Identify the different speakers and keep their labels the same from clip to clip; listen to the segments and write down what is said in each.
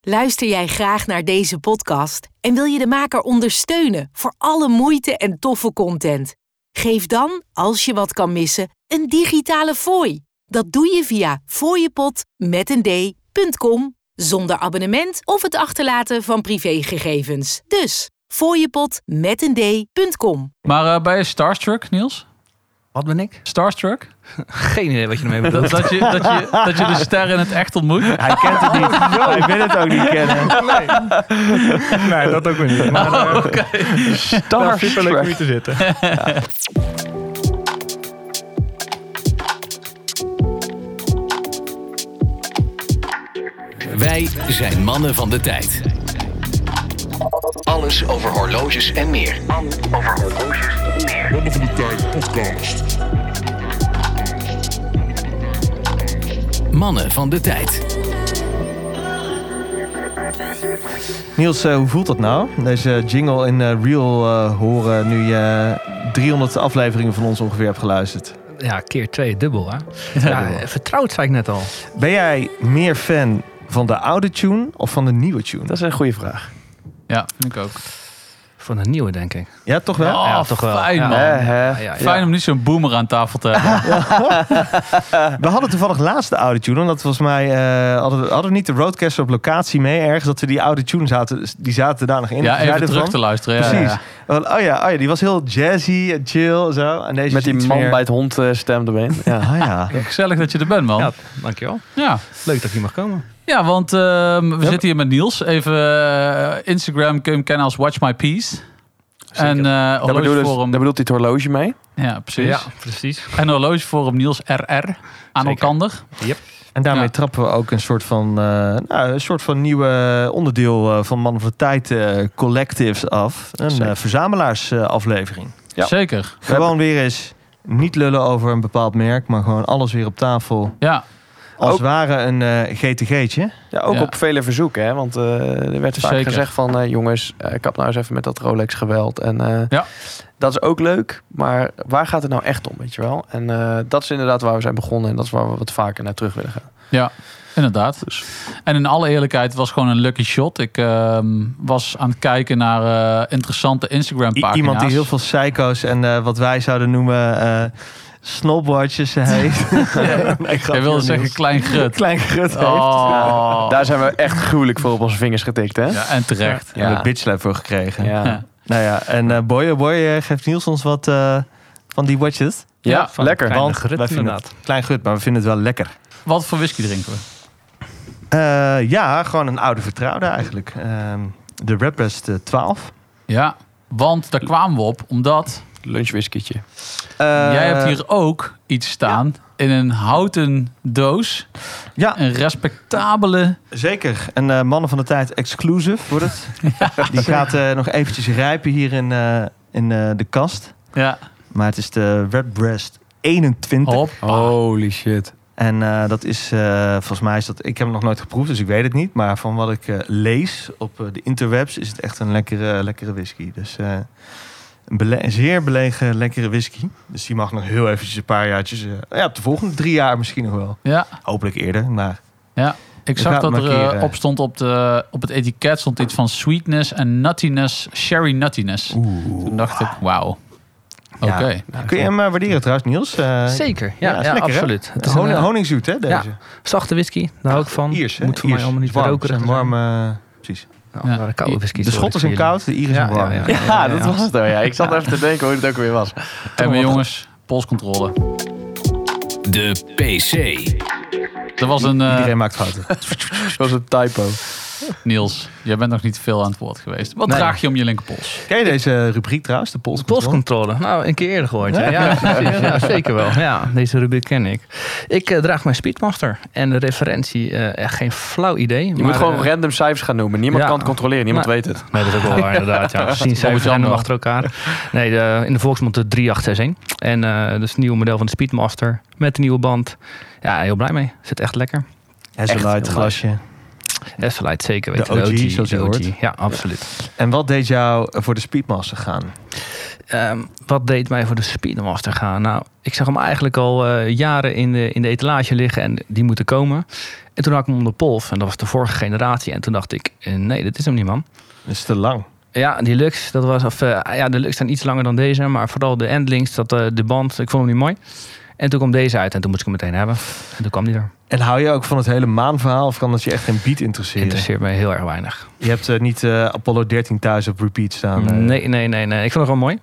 Speaker 1: Luister jij graag naar deze podcast en wil je de maker ondersteunen voor alle moeite en toffe content? Geef dan, als je wat kan missen, een digitale fooi. Dat doe je via fooiepot.com zonder abonnement of het achterlaten van privégegevens. Dus fooiepot.com.
Speaker 2: Maar eh, bij Starstruck, Niels?
Speaker 3: Wat ben ik?
Speaker 2: Starstruck?
Speaker 3: Geen idee wat je ermee
Speaker 2: Dat,
Speaker 3: bedoelt.
Speaker 2: dat, je, dat, je, dat je de ster in het echt ontmoet?
Speaker 4: Hij kent het niet. Hij wil het ook niet kennen.
Speaker 3: nee, dat ook weer niet. Maar
Speaker 5: Oh,
Speaker 3: eh, daar zit wel lekker
Speaker 4: Starstruck.
Speaker 3: mee te zitten.
Speaker 6: Wij zijn mannen van de tijd. Alles over horloges en meer. Mannen van de tijd.
Speaker 4: Niels, eh, hoe voelt dat nou? Deze jingle in eh, real eh, horen nu je 300 afleveringen van ons ongeveer hebt geluisterd.
Speaker 3: Ja, keer twee, dubbel hè. Ja,
Speaker 4: dubbel.
Speaker 3: eh, vertrouwd zei ik net al.
Speaker 4: Ben jij meer fan van de oude tune of van de nieuwe tune?
Speaker 5: Dat is een goede vraag.
Speaker 2: Ja, vind ik ook.
Speaker 3: Van een nieuwe, denk ik.
Speaker 4: Ja, toch wel?
Speaker 2: Oh,
Speaker 3: ja, toch wel.
Speaker 2: Fijn,
Speaker 3: Ja.
Speaker 2: man.
Speaker 5: Hè, hè.
Speaker 3: ja, ja.
Speaker 2: Fijn om niet zo'n boomer aan tafel te hebben.
Speaker 4: We hadden toevallig laatst de oude tune. Omdat volgens mij eh, hadden, we, hadden we niet de roadcaster op locatie mee ergens. Dat we die oude tune zaten, die zaten daar nog in.
Speaker 2: Ja,
Speaker 4: Of jij
Speaker 2: even
Speaker 4: ervan?
Speaker 2: terug te luisteren. Ja,
Speaker 4: Precies.
Speaker 2: ja.
Speaker 4: Van, oh, ja, oh ja, die was heel jazzy en chill en zo. En deze
Speaker 5: Met
Speaker 4: is
Speaker 5: die
Speaker 4: iets
Speaker 5: man
Speaker 4: meer-
Speaker 5: bij het hond eh, stem erbij. Ja.
Speaker 4: Ah ja.
Speaker 2: Gezellig dat je er bent, man.
Speaker 3: Ja,
Speaker 2: Ja,
Speaker 3: dankjewel.
Speaker 2: ja.
Speaker 3: Leuk dat je mag komen.
Speaker 2: want ehm, we zitten hier met Niels. Even eh, Instagram kun je hem kennen als Watch My Peace. En eh,
Speaker 5: Daar,
Speaker 3: dus.
Speaker 5: bedoelt, daar
Speaker 2: horlogeforum.
Speaker 5: bedoelt hij het horloge mee.
Speaker 2: Ja, precies.
Speaker 3: precies.
Speaker 2: En horlogeforum Niels RR. Aan elkander.
Speaker 4: En daarmee
Speaker 2: Ja.
Speaker 4: trappen we ook een soort van, eh, nou, een soort van nieuwe onderdeel eh, van Man van de Tijd eh, Collectives af. Een eh,
Speaker 5: Zeker.
Speaker 4: verzamelaarsaflevering.
Speaker 5: Ja.
Speaker 2: Zeker.
Speaker 4: Gewoon weer eens niet lullen over een bepaald merk, maar gewoon alles weer op tafel.
Speaker 2: Ja,
Speaker 4: Als
Speaker 5: Ook-
Speaker 4: ware een eh GTG'tje.
Speaker 5: Ja, ook
Speaker 2: Ja.
Speaker 5: op vele verzoeken. Hè? Want eh, er werd vaak
Speaker 2: Zeker.
Speaker 5: gezegd van... eh, jongens, eh, kap nou eens even met dat Rolex geweld. En eh,
Speaker 2: Ja.
Speaker 5: dat is ook leuk. Maar waar gaat het nou echt om, weet je wel? En eh, dat is inderdaad waar we zijn begonnen. En dat is waar we wat vaker naar terug willen gaan.
Speaker 2: Inderdaad.
Speaker 4: Dus.
Speaker 2: En in alle eerlijkheid, het was gewoon een lucky shot. Ik ehm, was aan het kijken naar eh, interessante
Speaker 4: I-
Speaker 2: Instagram-pagina's.
Speaker 4: iemand die heel veel psycho's en eh, wat wij zouden noemen eh snobwatches heeft. nee,
Speaker 2: Jij wilde zeggen klein grut.
Speaker 4: klein grut
Speaker 2: Oh.
Speaker 5: Daar zijn we echt gruwelijk voor op onze vingers getikt, hè?
Speaker 2: Ja, en terecht.
Speaker 4: Ja.
Speaker 5: Ja.
Speaker 4: Daar bitch slap voor gekregen.
Speaker 5: ja.
Speaker 4: Nou ja, en eh boy, oh boy eh, geeft Niels ons wat eh, van die watches.
Speaker 5: Ja,
Speaker 3: van
Speaker 5: lekker.
Speaker 3: Kleine
Speaker 4: Want
Speaker 3: grut,
Speaker 4: wij vinden
Speaker 3: inderdaad.
Speaker 4: het klein grut, maar we vinden het wel lekker.
Speaker 2: Wat voor whisky drinken we?
Speaker 4: Eh, ja, gewoon een oude vertrouwde eigenlijk. Ehm, de Redbreast eh, 12.
Speaker 2: Ja, want daar kwamen we op omdat
Speaker 5: Lunchwhiskietje.
Speaker 4: Eh,
Speaker 2: jij hebt hier ook iets staan in een houten doos.
Speaker 4: Ja.
Speaker 2: Een respectabele...
Speaker 4: Zeker. Een eh, Mannen van de Tijd exclusive wordt het. Die gaat eh, nog eventjes rijpen hier in, eh, in eh, de kast.
Speaker 2: Ja,
Speaker 4: Maar het is de Redbreast 21.
Speaker 2: hop.
Speaker 5: Oh. Holy shit.
Speaker 4: En eh, dat is, eh, volgens mij is dat, ik heb hem nog nooit geproefd, dus ik weet het niet. Maar van wat ik eh, lees op eh, de interwebs is het echt een lekkere, lekkere whisky. Dus eh, een, bele- een zeer belegen lekkere whisky. Dus die mag nog heel eventjes een paar jaartjes, eh, ja, op de volgende drie jaar misschien nog wel.
Speaker 2: Ja,
Speaker 4: Hopelijk eerder, maar
Speaker 2: ik
Speaker 4: ga
Speaker 2: zag
Speaker 4: het
Speaker 2: dat er eh,
Speaker 4: markeren.
Speaker 2: op stond op, de, op het etiket stond iets van sweetness en nuttiness, sherry nuttiness. Toen dacht ik, wauw. Oké.
Speaker 4: Ja. kun je hem eh, waarderen trouwens Niels? Eh,
Speaker 3: Zeker.
Speaker 4: ja,
Speaker 3: Ja,
Speaker 4: is
Speaker 3: ja,
Speaker 4: lekker, hè?
Speaker 3: absoluut. Het is
Speaker 4: honi-
Speaker 3: een, eh,
Speaker 4: honingzoet hè deze?
Speaker 3: ja, zachte whisky. Daar hou ik van.
Speaker 4: Iers hè?
Speaker 3: Moet voor mij
Speaker 4: Iers.
Speaker 3: allemaal niet
Speaker 4: Het is warm.
Speaker 3: roken.
Speaker 4: Het zijn warme, eh, precies.
Speaker 2: Ja.
Speaker 3: maar een Nou, koude whisky.
Speaker 4: De Schotten zijn koud, de Iers
Speaker 3: Ja,
Speaker 4: zijn warm.
Speaker 3: ja, ja.
Speaker 5: Ja, dat was het. hoor. Ja. Ik zat even te denken hoe het ook weer was.
Speaker 2: En mijn jongens, polscontrole.
Speaker 6: De PC.
Speaker 2: Er was een... eh,
Speaker 4: Iedereen maakt fouten.
Speaker 5: Het was een typo.
Speaker 2: Niels, jij bent nog niet veel aan het woord geweest. Wat
Speaker 3: Nee.
Speaker 2: draag je om je linkerpols?
Speaker 4: Ken je deze eh, rubriek trouwens, de Pols?
Speaker 3: Postcontrole. Nou, een keer eerder gehoord. Ja, ja, precies. Ja, zeker wel. Ja, deze rubriek ken ik. Ik eh, draag mijn Speedmaster. En de referentie, eh, echt geen flauw idee.
Speaker 5: Je moet gewoon random cijfers gaan noemen. Niemand
Speaker 3: Ja.
Speaker 5: kan het controleren. Niemand
Speaker 3: Maar-
Speaker 5: weet het.
Speaker 3: Nee, dat is ook wel waar, inderdaad. Ja. Zien
Speaker 2: Robert
Speaker 3: cijfers
Speaker 2: Jan
Speaker 3: random
Speaker 2: wel.
Speaker 3: achter elkaar. Nee, de, in de Volksmond de 3861. En eh dat is het nieuwe model van de Speedmaster. Met de nieuwe band. Ja, heel blij mee. Zit echt lekker.
Speaker 4: Hazelite
Speaker 5: heel
Speaker 4: glasje.
Speaker 3: Esselite zeker weten.
Speaker 4: De OG, zoals je
Speaker 3: de
Speaker 4: hoort.
Speaker 3: Ja, absoluut.
Speaker 4: En wat deed jou voor de Speedmaster gaan?
Speaker 3: ehm, wat deed mij voor de Speedmaster gaan? Nou, ik zag hem eigenlijk al eh, jaren in de, in de etalage liggen en die moeten komen. En toen had ik hem onder Polf en dat was de vorige generatie. En toen dacht ik, eh, nee, dit is hem niet, man.
Speaker 4: Dat is te lang.
Speaker 3: Ja, die Lux, dat was, of, eh, ja, de Lux zijn iets langer dan deze, maar vooral de Endlings, dat, eh, de band, ik vond hem niet mooi. En toen kwam deze uit en toen moest ik hem meteen hebben. En toen kwam die er.
Speaker 4: En hou je ook van het hele maanverhaal of kan dat je echt geen beat interesseren?
Speaker 3: Interesseert mij heel erg weinig.
Speaker 4: Je hebt eh, niet eh, Apollo 13 thuis op repeat staan. eh.
Speaker 3: Ah, Nee, nee, nee, nee. Ik vond hem gewoon mooi.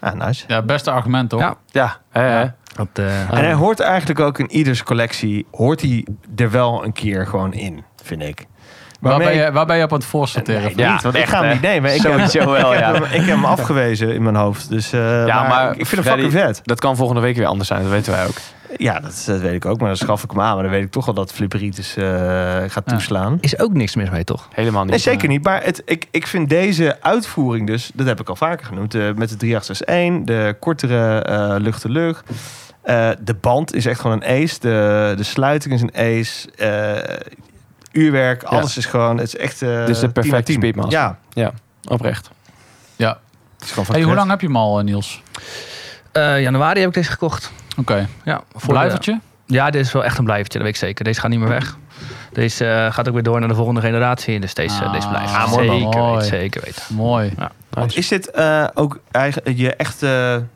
Speaker 4: Ah, nice.
Speaker 2: Ja, beste argument toch?
Speaker 3: Ja.
Speaker 5: Ja, hè, hè.
Speaker 3: Dat, eh,
Speaker 4: En hij hoort eigenlijk ook in ieders collectie, hoort hij er wel een keer gewoon in, vind ik.
Speaker 2: Waar,
Speaker 4: Waarmee-
Speaker 2: ben je, waar ben je op aan het voorsorteren?
Speaker 4: Nee, niet, want ik ga hem niet nemen. Ik
Speaker 5: Sowieso
Speaker 4: heb,
Speaker 5: wel,
Speaker 4: ik heb
Speaker 5: ja.
Speaker 4: hem, ik heb hem afgewezen in mijn hoofd. Dus, eh, maar, ik vind hem
Speaker 5: Freddy,
Speaker 4: fucking vet.
Speaker 5: Dat kan volgende week weer anders zijn, dat weten wij ook.
Speaker 4: Ja, dat, dat weet ik ook. Maar dan schaf ik hem aan. Maar dan weet ik toch al dat Flipperitis eh gaat toeslaan.
Speaker 3: is ook niks mis mee, toch?
Speaker 5: Helemaal niet.
Speaker 4: Nee, zeker niet. Maar het, ik, ik vind deze uitvoering dus... Dat heb ik al vaker genoemd. eh, met de 3861. De kortere eh, lucht-to-lucht. Eh, de band is echt gewoon een ace. De, de sluiting is een ace. eh, uurwerk. Alles is gewoon... Het is echt... eh,
Speaker 5: Dit is de
Speaker 4: 10 uit
Speaker 5: perfecte
Speaker 4: 10.
Speaker 5: Speedmaster.
Speaker 4: Ja.
Speaker 5: Oprecht.
Speaker 2: Ja.
Speaker 4: Het is gewoon
Speaker 2: Hey, hoe
Speaker 4: vet.
Speaker 2: lang heb je hem al, eh, Niels?
Speaker 3: Eh, januari heb ik deze gekocht.
Speaker 2: Oké.
Speaker 3: Ja, voor de-
Speaker 2: Blijvertje?
Speaker 3: ja, dit is wel echt een blijvertje, dat weet ik zeker. Deze gaat niet meer weg. Deze eh, gaat ook weer door naar de volgende generatie. Dus deze,
Speaker 2: Ah,
Speaker 3: deze blijft.
Speaker 2: ah, mooi
Speaker 3: zeker,
Speaker 2: man. Mooi.
Speaker 3: weten, zeker weten.
Speaker 2: Mooi.
Speaker 4: Want is dit eh, ook eigen, je echte...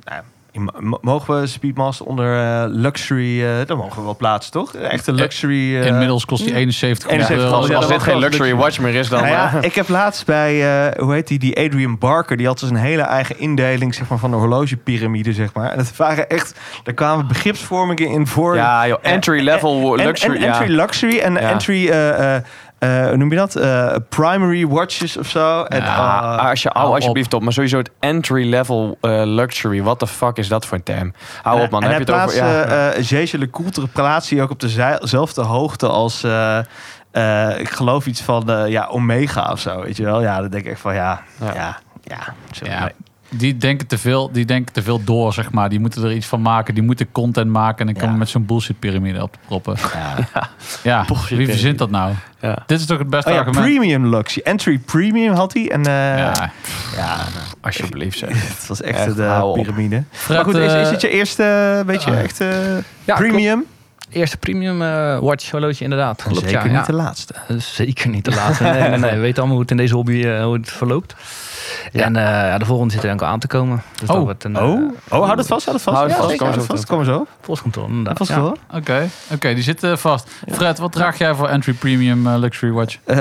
Speaker 4: nou, je ma- m- mogen we Speedmaster onder eh, luxury... eh dat mogen we wel plaatsen, toch? Echte luxury... eh,
Speaker 2: Inmiddels kost die 71
Speaker 4: 71
Speaker 2: euro.
Speaker 4: euro.
Speaker 5: Als,
Speaker 4: Ja,
Speaker 5: als
Speaker 4: dat
Speaker 5: dit
Speaker 4: was
Speaker 5: geen
Speaker 4: wel
Speaker 5: luxury
Speaker 4: luxury.
Speaker 5: watch meer is, dan...
Speaker 4: Nou ja,
Speaker 5: eh,
Speaker 4: ik heb laatst bij, eh, hoe heet die, die Adrian Barker. Die had dus een hele eigen indeling zeg maar, van de horlogepyramide, zeg maar. En dat waren echt, daar kwamen begripsvormingen in voor.
Speaker 5: ja, joh, entry level
Speaker 4: En- en-
Speaker 5: luxury.
Speaker 4: en
Speaker 5: ja.
Speaker 4: entry luxury en
Speaker 5: Ja.
Speaker 4: entry, eh, eh, eh, hoe noem je dat? Eh, primary watches of zo. En,
Speaker 5: Ja,
Speaker 4: ah,
Speaker 5: als je, hou
Speaker 2: hou
Speaker 5: alsjeblieft op. Maar sowieso het entry level eh, luxury. What the fuck is dat voor een term? Hou op man,
Speaker 4: en
Speaker 5: dan heb
Speaker 4: hij
Speaker 5: je het over...
Speaker 4: plaatste
Speaker 5: Ja.
Speaker 4: eh, eh, Jeetje Le Coultre plaatste hij ook op dezelfde hoogte als, eh, eh, ik geloof iets van, eh, ja, Omega of zo, weet je wel. Ja, dan denk ik echt van, ja,
Speaker 5: Ja.
Speaker 4: ja, ja. zo,
Speaker 2: Ja,
Speaker 4: nee.
Speaker 2: die denken, te veel, die denken te veel door, zeg maar. Die moeten er iets van maken. Die moeten content maken. En dan komen
Speaker 4: Ja.
Speaker 2: we met zo'n bullshit piramide op te proppen.
Speaker 4: Ja.
Speaker 2: Ja, wie verzint dat nou?
Speaker 5: Ja.
Speaker 2: Dit is toch het beste
Speaker 4: Oh ja,
Speaker 2: argument?
Speaker 4: premium luxe. Entry premium had hij. En eh, ja.
Speaker 2: Ja.
Speaker 5: Alsjeblieft zeg.
Speaker 4: het was echt,
Speaker 5: Echt,
Speaker 4: de
Speaker 5: hou op.
Speaker 4: piramide.
Speaker 2: Fred,
Speaker 4: Maar goed, is, is
Speaker 2: eh,
Speaker 4: het je eerste, weet je, echt eh,
Speaker 3: Ja,
Speaker 4: premium?
Speaker 3: Eerste premium eh, watch horloge inderdaad. Klopt, ja, ja.
Speaker 4: laatste.
Speaker 3: Zeker niet de laatste. Nee, nee, nee. We weten allemaal hoe het in deze hobby eh, hoe het verloopt. En eh, ja, de volgende zit er ook aan te komen. Dus
Speaker 2: Oh.
Speaker 3: dat wordt een eh,
Speaker 4: Oh, oh, hou dat vast, hou dat vast.
Speaker 5: Hou dat
Speaker 4: ja,
Speaker 5: vast,
Speaker 4: zeker,
Speaker 5: kom
Speaker 4: hou
Speaker 5: zo
Speaker 4: dat vast, kom zo.
Speaker 3: postcontrole. inderdaad.
Speaker 4: Vast
Speaker 3: Ja.
Speaker 4: wel.
Speaker 2: Oké, oké, die zit eh, vast. Fred, wat draag jij voor entry premium eh, luxury watch?
Speaker 4: Eh,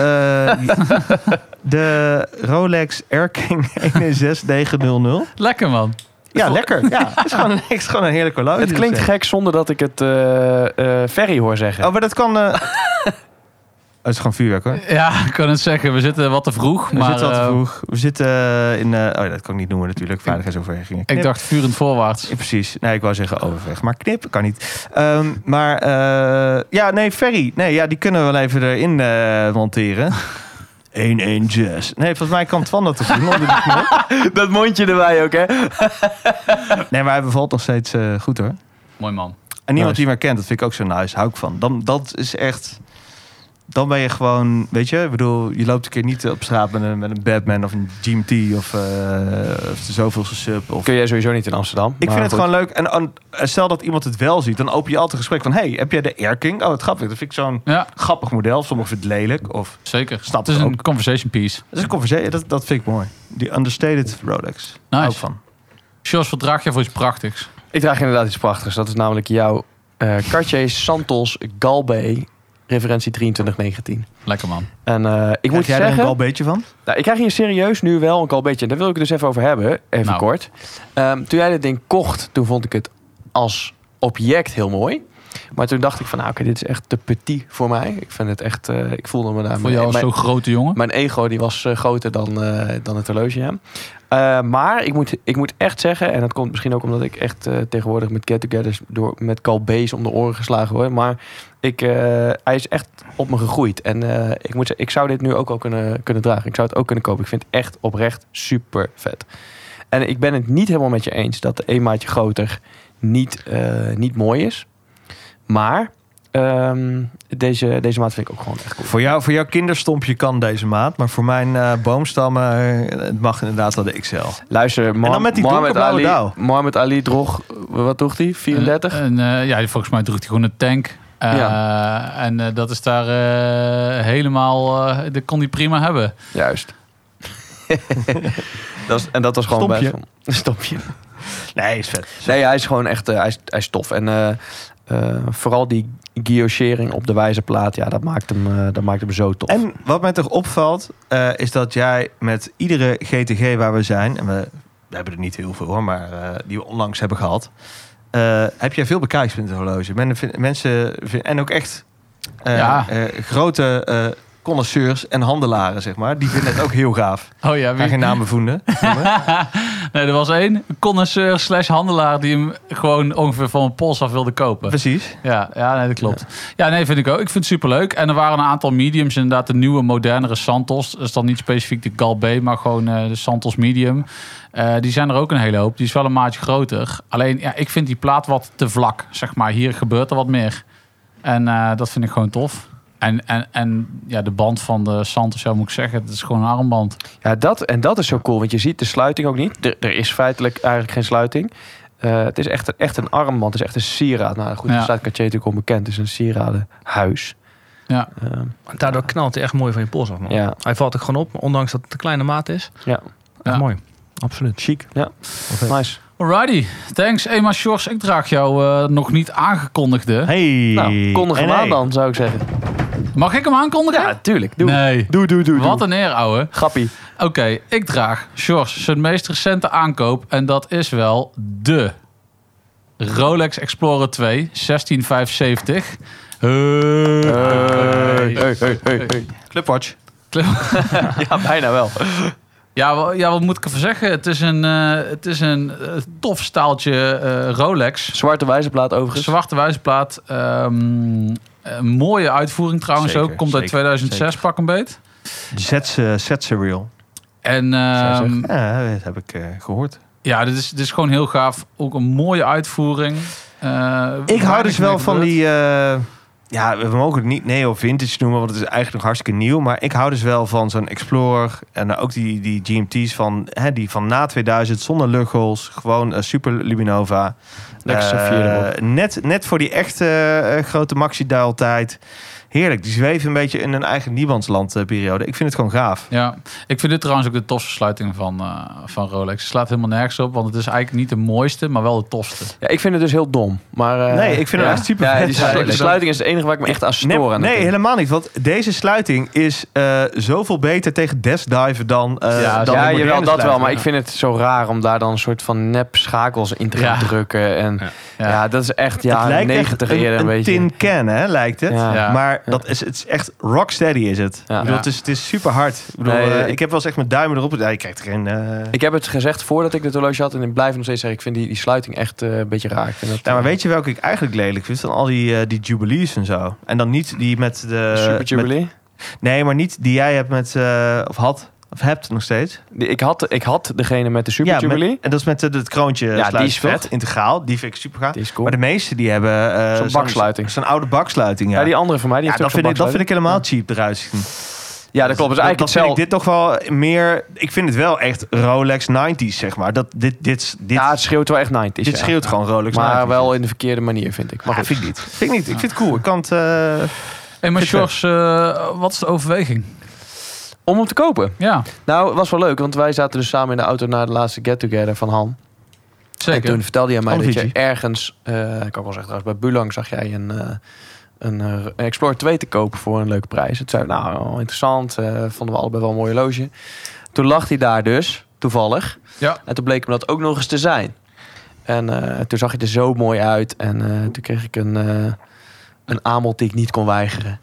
Speaker 4: de Rolex Air King 160900.
Speaker 2: Lekker man.
Speaker 4: Ja, lekker. Ja, het is gewoon, een- het is gewoon een heerlijk horloge.
Speaker 5: Het klinkt
Speaker 4: Dus,
Speaker 5: gek zonder dat ik het eh, eh, Ferry hoor zeggen.
Speaker 4: eh, Oh, maar dat kan... eh, Het is gewoon vuurwerk hoor.
Speaker 2: Ja, ik kan het zeggen. We zitten wat te vroeg.
Speaker 4: We
Speaker 2: maar,
Speaker 4: zitten al
Speaker 2: eh,
Speaker 4: te vroeg. We zitten eh, in... eh, oh, dat kan ik niet noemen natuurlijk. Veiligheidsoverwegingen.
Speaker 2: Ik dacht vurend voorwaarts.
Speaker 4: Ja, precies. Nee, ik wou zeggen overweg. Maar knip kan niet. Ehm, maar eh, ja, nee, Ferry. Nee, ja, die kunnen we wel even erin eh monteren. 116. Nee, volgens mij kan Twan dat te doen. onder die knop.
Speaker 5: dat mondje erbij ook hè.
Speaker 4: Nee, maar hij bevalt nog steeds eh, goed hoor.
Speaker 2: Mooi man.
Speaker 4: En niemand
Speaker 5: Nice.
Speaker 4: die maar kent, dat vind ik ook zo nice. Hou ik van. Dan, dat is echt... Dan ben je gewoon, weet je, ik bedoel, je loopt een keer niet op straat met een, met een Batman of een GMT of, eh of de zoveelste sub. Of
Speaker 5: Kun jij sowieso niet in Amsterdam.
Speaker 4: Ik
Speaker 5: maar
Speaker 4: vind het
Speaker 5: goed.
Speaker 4: gewoon leuk. En, en stel dat iemand het wel ziet, dan open je altijd een gesprek van: hey, heb jij de Erking? Oh, wat grappig. Dat vind ik zo'n
Speaker 2: Ja,
Speaker 4: grappig model. Sommigen vinden het lelijk. Of
Speaker 2: zeker.
Speaker 4: Snap
Speaker 2: het is
Speaker 4: ik
Speaker 2: een
Speaker 4: ook.
Speaker 2: conversation piece.
Speaker 4: dat is een conversatie. Dat, dat vind ik mooi. Die understated Rolex.
Speaker 2: Nice.
Speaker 4: Ook van.
Speaker 2: Sjors, wat draag jij voor iets prachtigs?
Speaker 5: Ik draag inderdaad iets prachtigs. Dat is namelijk jouw eh, Cartier Santos Galbé referentie 2319.
Speaker 2: Lekker man.
Speaker 5: En eh, ik moet
Speaker 4: Heb jij er
Speaker 5: zeggen...
Speaker 4: een al beetje van?
Speaker 5: Nou, ik krijg hier serieus nu wel een kalbeetje. Daar wil ik het dus even over hebben, even
Speaker 2: Nou.
Speaker 5: kort. Ehm, toen jij dit ding kocht, toen vond ik het als object heel mooi. Maar toen dacht ik van, nou, oké, dit is echt te petit voor mij. Ik vind het echt, eh, ik voelde me daar...
Speaker 2: Voor jou als
Speaker 5: mijn,
Speaker 2: zo'n grote jongen.
Speaker 5: mijn ego die was eh, groter dan, eh, dan het horloge, ja. Eh, maar ik moet, ik moet echt zeggen, en dat komt misschien ook omdat ik echt eh, tegenwoordig met get-togethers door met Calbees om de oren geslagen word. Maar ik, eh, hij is echt op me gegroeid. En eh, ik moet zeggen, ik zou dit nu ook al kunnen, kunnen dragen. Ik zou het ook kunnen kopen. Ik vind het echt oprecht super vet. En ik ben het niet helemaal met je eens dat de een maatje groter niet, eh, niet mooi is. Maar ehm, deze, deze maat vind ik ook gewoon echt cool.
Speaker 4: Voor, jou, voor jouw kinderstompje kan deze maat. Maar voor mijn eh, boomstammen eh, het mag inderdaad wel de XL.
Speaker 5: Luister, Mo-
Speaker 4: dan met die
Speaker 5: Mohamed
Speaker 4: donkerblauwe
Speaker 5: Ali,
Speaker 4: dauw.
Speaker 5: Mohamed Ali droeg, wat droeg hij? 34?
Speaker 2: Een, een, eh, ja, volgens mij droeg hij gewoon een tank. Eh, En eh, dat is daar eh, helemaal... eh dat kon hij prima hebben.
Speaker 5: Juist. Hm. dat is, en dat was gewoon
Speaker 4: Stompje.
Speaker 5: best wel- Stompje.
Speaker 4: Nee, is vet.
Speaker 5: Nee, hij is gewoon echt eh, hij is, hij is tof. En eh, eh, vooral die guillochering op de wijze plaat, ja, dat maakt hem, eh, dat maakt hem zo tof.
Speaker 4: En wat mij toch opvalt, eh, is dat jij met iedere GTG waar we zijn... en we, we hebben er niet heel veel hoor, maar eh, die we onlangs hebben gehad... eh, heb jij veel bekijkspunten horloge. Men, vin- mensen vin- en ook echt eh,
Speaker 2: Ja.
Speaker 4: eh, grote eh connoisseurs en handelaren, zeg maar. Die vinden het ook heel gaaf.
Speaker 2: Oh ja,
Speaker 4: Ik ga geen namen voenden.
Speaker 2: nee, er was één connoisseur slash handelaar die hem gewoon ongeveer van mijn pols af wilde kopen.
Speaker 4: Precies.
Speaker 2: Ja, ja nee, dat klopt. Ja. nee, vind ik ook. Ik vind het superleuk. En er waren een aantal mediums, inderdaad de nieuwe, modernere Santos. Dat is dan niet specifiek de Galbé, maar gewoon eh, de Santos medium. Eh, die zijn er ook een hele hoop. Die is wel een maatje groter. Alleen, ja, ik vind die plaat wat te vlak, zeg maar. Hier gebeurt er wat meer. En eh, dat vind ik gewoon tof. En, en, en ja, de band van de Santos, ja, moet ik zeggen, het is gewoon een armband.
Speaker 5: Ja, dat, en dat is zo cool, want je ziet de sluiting ook niet. Er, er is feitelijk eigenlijk geen sluiting. Eh, het is echt, echt een armband, het is echt een sieraad. Nou goed,
Speaker 2: Ja.
Speaker 5: daar staat Cartier natuurlijk onbekend. Het is een sieradenhuis.
Speaker 2: Ja.
Speaker 5: Eh,
Speaker 3: Daardoor knalt hij echt mooi van je pols af, man.
Speaker 5: ja,
Speaker 3: Hij valt ook gewoon op, ondanks dat het een kleine maat is.
Speaker 5: ja,
Speaker 3: Echt
Speaker 2: Ja.
Speaker 3: mooi. Absoluut.
Speaker 4: Chic.
Speaker 5: nice.
Speaker 2: Alrighty, thanks. Ema Sjors, ik draag jou eh, nog niet aangekondigde.
Speaker 4: Hey.
Speaker 5: Nou, kondig hem
Speaker 4: En
Speaker 5: aan
Speaker 4: hey.
Speaker 5: dan, zou ik zeggen.
Speaker 2: Mag ik hem aankondigen?
Speaker 5: Ja, tuurlijk. Doe,
Speaker 2: Nee.
Speaker 5: doe, doe, doe.
Speaker 2: Wat
Speaker 5: doe.
Speaker 2: een eer, ouwe.
Speaker 5: Grappie.
Speaker 2: Oké, ik draag Sjors zijn meest recente aankoop. En dat is wel de Rolex Explorer 2 16570. Hey.
Speaker 5: Hey, hey, hey, hey.
Speaker 4: Clubwatch.
Speaker 5: Ja, bijna wel.
Speaker 2: Ja, wa- ja, wat moet ik ervan zeggen? Het is een, eh, het is een eh, tof staaltje eh, Rolex.
Speaker 5: Zwarte wijzerplaat overigens.
Speaker 2: Zwarte wijzerplaat. ehm, een mooie uitvoering trouwens
Speaker 4: Zeker,
Speaker 2: ook. Komt uit
Speaker 4: zeker,
Speaker 2: 2006 pak een beet.
Speaker 4: Zet ze, zet ze real.
Speaker 2: En
Speaker 5: Zij
Speaker 2: ehm,
Speaker 4: Ja, dat heb ik eh, gehoord.
Speaker 2: ja, dit is, dit is gewoon heel gaaf. Ook een mooie uitvoering. Eh,
Speaker 4: Ik hou dus
Speaker 2: weinig mee
Speaker 4: wel van
Speaker 2: gebeurd.
Speaker 4: die... eh, ja, we mogen het niet neo vintage noemen, want het is eigenlijk nog hartstikke nieuw. Maar ik hou dus wel van zo'n Explorer en ook die, die GMT's van, hè, die van na 2000 zonder luchthols. Gewoon eh, super Luminova.
Speaker 5: Lekker saffier
Speaker 4: Eh,
Speaker 5: erop.
Speaker 4: net, net voor die echte eh, grote maxi-dial tijd. Heerlijk, die zweven een beetje in een eigen niemandsland eh, periode. Ik vind het gewoon gaaf.
Speaker 2: Ja, ik vind dit trouwens ook de tofste sluiting van, eh, van Rolex. Het slaat helemaal nergens op, want het is eigenlijk niet de mooiste, maar wel de tofste.
Speaker 5: Ja, ik vind het dus heel dom. Maar, eh,
Speaker 4: Nee, ik vind het
Speaker 5: ja.
Speaker 4: echt super
Speaker 5: Ja,
Speaker 4: vet.
Speaker 5: die slu-
Speaker 4: Ja,
Speaker 5: de
Speaker 4: ik-
Speaker 5: sluiting is het enige waar ik me echt aan
Speaker 4: Nee,
Speaker 5: stoor. aan
Speaker 4: nee,
Speaker 5: dat ding.
Speaker 4: helemaal niet. Want deze sluiting is eh, zoveel beter tegen desdiven dan, eh
Speaker 2: Ja,
Speaker 4: dan
Speaker 5: ja,
Speaker 4: een
Speaker 5: jawel,
Speaker 4: moderne
Speaker 5: dat wel.
Speaker 4: sluiting.
Speaker 5: Maar ik vind het zo raar om daar dan een soort van nep schakels in te gaan
Speaker 2: Ja.
Speaker 5: drukken. En ja. dat is echt
Speaker 4: het
Speaker 5: ja,
Speaker 4: lijkt
Speaker 5: 90
Speaker 4: echt
Speaker 5: eerder
Speaker 4: een,
Speaker 5: een, beetje.
Speaker 4: tin can, hè, lijkt het.
Speaker 5: Ja.
Speaker 2: Ja.
Speaker 4: Maar dat is, het is echt rocksteady is het.
Speaker 5: Ja.
Speaker 4: Ik bedoel,
Speaker 2: Ja.
Speaker 4: het, is, het is super hard. Ik, bedoel,
Speaker 5: Nee,
Speaker 4: eh,
Speaker 5: ik-
Speaker 4: ik heb wel eens echt mijn duimen erop. Ja, je krijgt er geen... eh,
Speaker 5: Ik heb het gezegd voordat ik dit horloge had. En ik blijf nog steeds zeggen, ik vind die, die sluiting echt eh, een beetje raar. Ik vind dat, eh,
Speaker 4: Ja, maar weet je welke ik eigenlijk lelijk vind? Dan al die, eh, die jubilees en zo. En dan niet die eh, met de...
Speaker 5: Super Jubilee?
Speaker 4: met- nee, maar niet die jij hebt met... eh, of had... Of hebt nog steeds.
Speaker 5: Die- ik, had, ik had degene met de Super
Speaker 4: ja, met-
Speaker 5: Jubilee.
Speaker 4: en dat is met eh, het kroontje.
Speaker 5: die is
Speaker 4: sluit vet.
Speaker 5: vet.
Speaker 4: Integraal. Die vind ik super gaaf.
Speaker 5: Die is cool.
Speaker 4: Maar de meesten die hebben... eh,
Speaker 5: Zo'n baksluiting.
Speaker 4: Zo'n oude baksluiting, ja.
Speaker 5: ja. die andere van mij, die
Speaker 4: Ja,
Speaker 5: heeft
Speaker 4: dat,
Speaker 5: ook zo'n
Speaker 4: vind ik, dat vind
Speaker 5: baksluiting.
Speaker 4: ik helemaal cheap eruit zien.
Speaker 5: Ja, dat klopt. Dus
Speaker 4: dat,
Speaker 5: eigenlijk
Speaker 4: dat vind ik
Speaker 5: hetzelfde.
Speaker 4: dit toch wel meer... Ik vind het wel echt Rolex 90s, zeg maar. Dat, dit dit, dit,
Speaker 5: Ja, het schreeuwt wel echt 90's.
Speaker 4: dit
Speaker 5: ja.
Speaker 4: schreeuwt gewoon Rolex
Speaker 5: Maar
Speaker 4: 90s.
Speaker 5: wel in de verkeerde manier, vind ik. Maar
Speaker 4: Ja,
Speaker 5: goed.
Speaker 4: vind ik niet. Vind ik niet. Ik vind het cool. Ik kan het... eh,
Speaker 2: Hey, maar
Speaker 4: Vind ik
Speaker 2: Sjors, eh, wat is de overweging?
Speaker 5: Om hem te kopen.
Speaker 2: Ja,
Speaker 5: Nou, het was wel leuk, want wij zaten dus samen in de auto na de laatste get-together van Han. En toen
Speaker 2: zeker.
Speaker 5: vertelde jij mij
Speaker 4: Alle
Speaker 5: dat je
Speaker 4: Fiji.
Speaker 5: ergens, eh, ik kan wel zeggen trouwens, bij Bulang zag jij een, eh, een, eh, een Explorer 2 te kopen voor een leuke prijs. Het zei, nou, wel interessant, eh, vonden we allebei wel een mooi horloge. Toen lag hij daar dus, toevallig.
Speaker 2: Ja.
Speaker 5: En toen bleek hem dat ook nog eens te zijn. En eh, toen zag hij er zo mooi uit. En eh, toen kreeg ik een, eh, een aanbod die ik niet kon weigeren.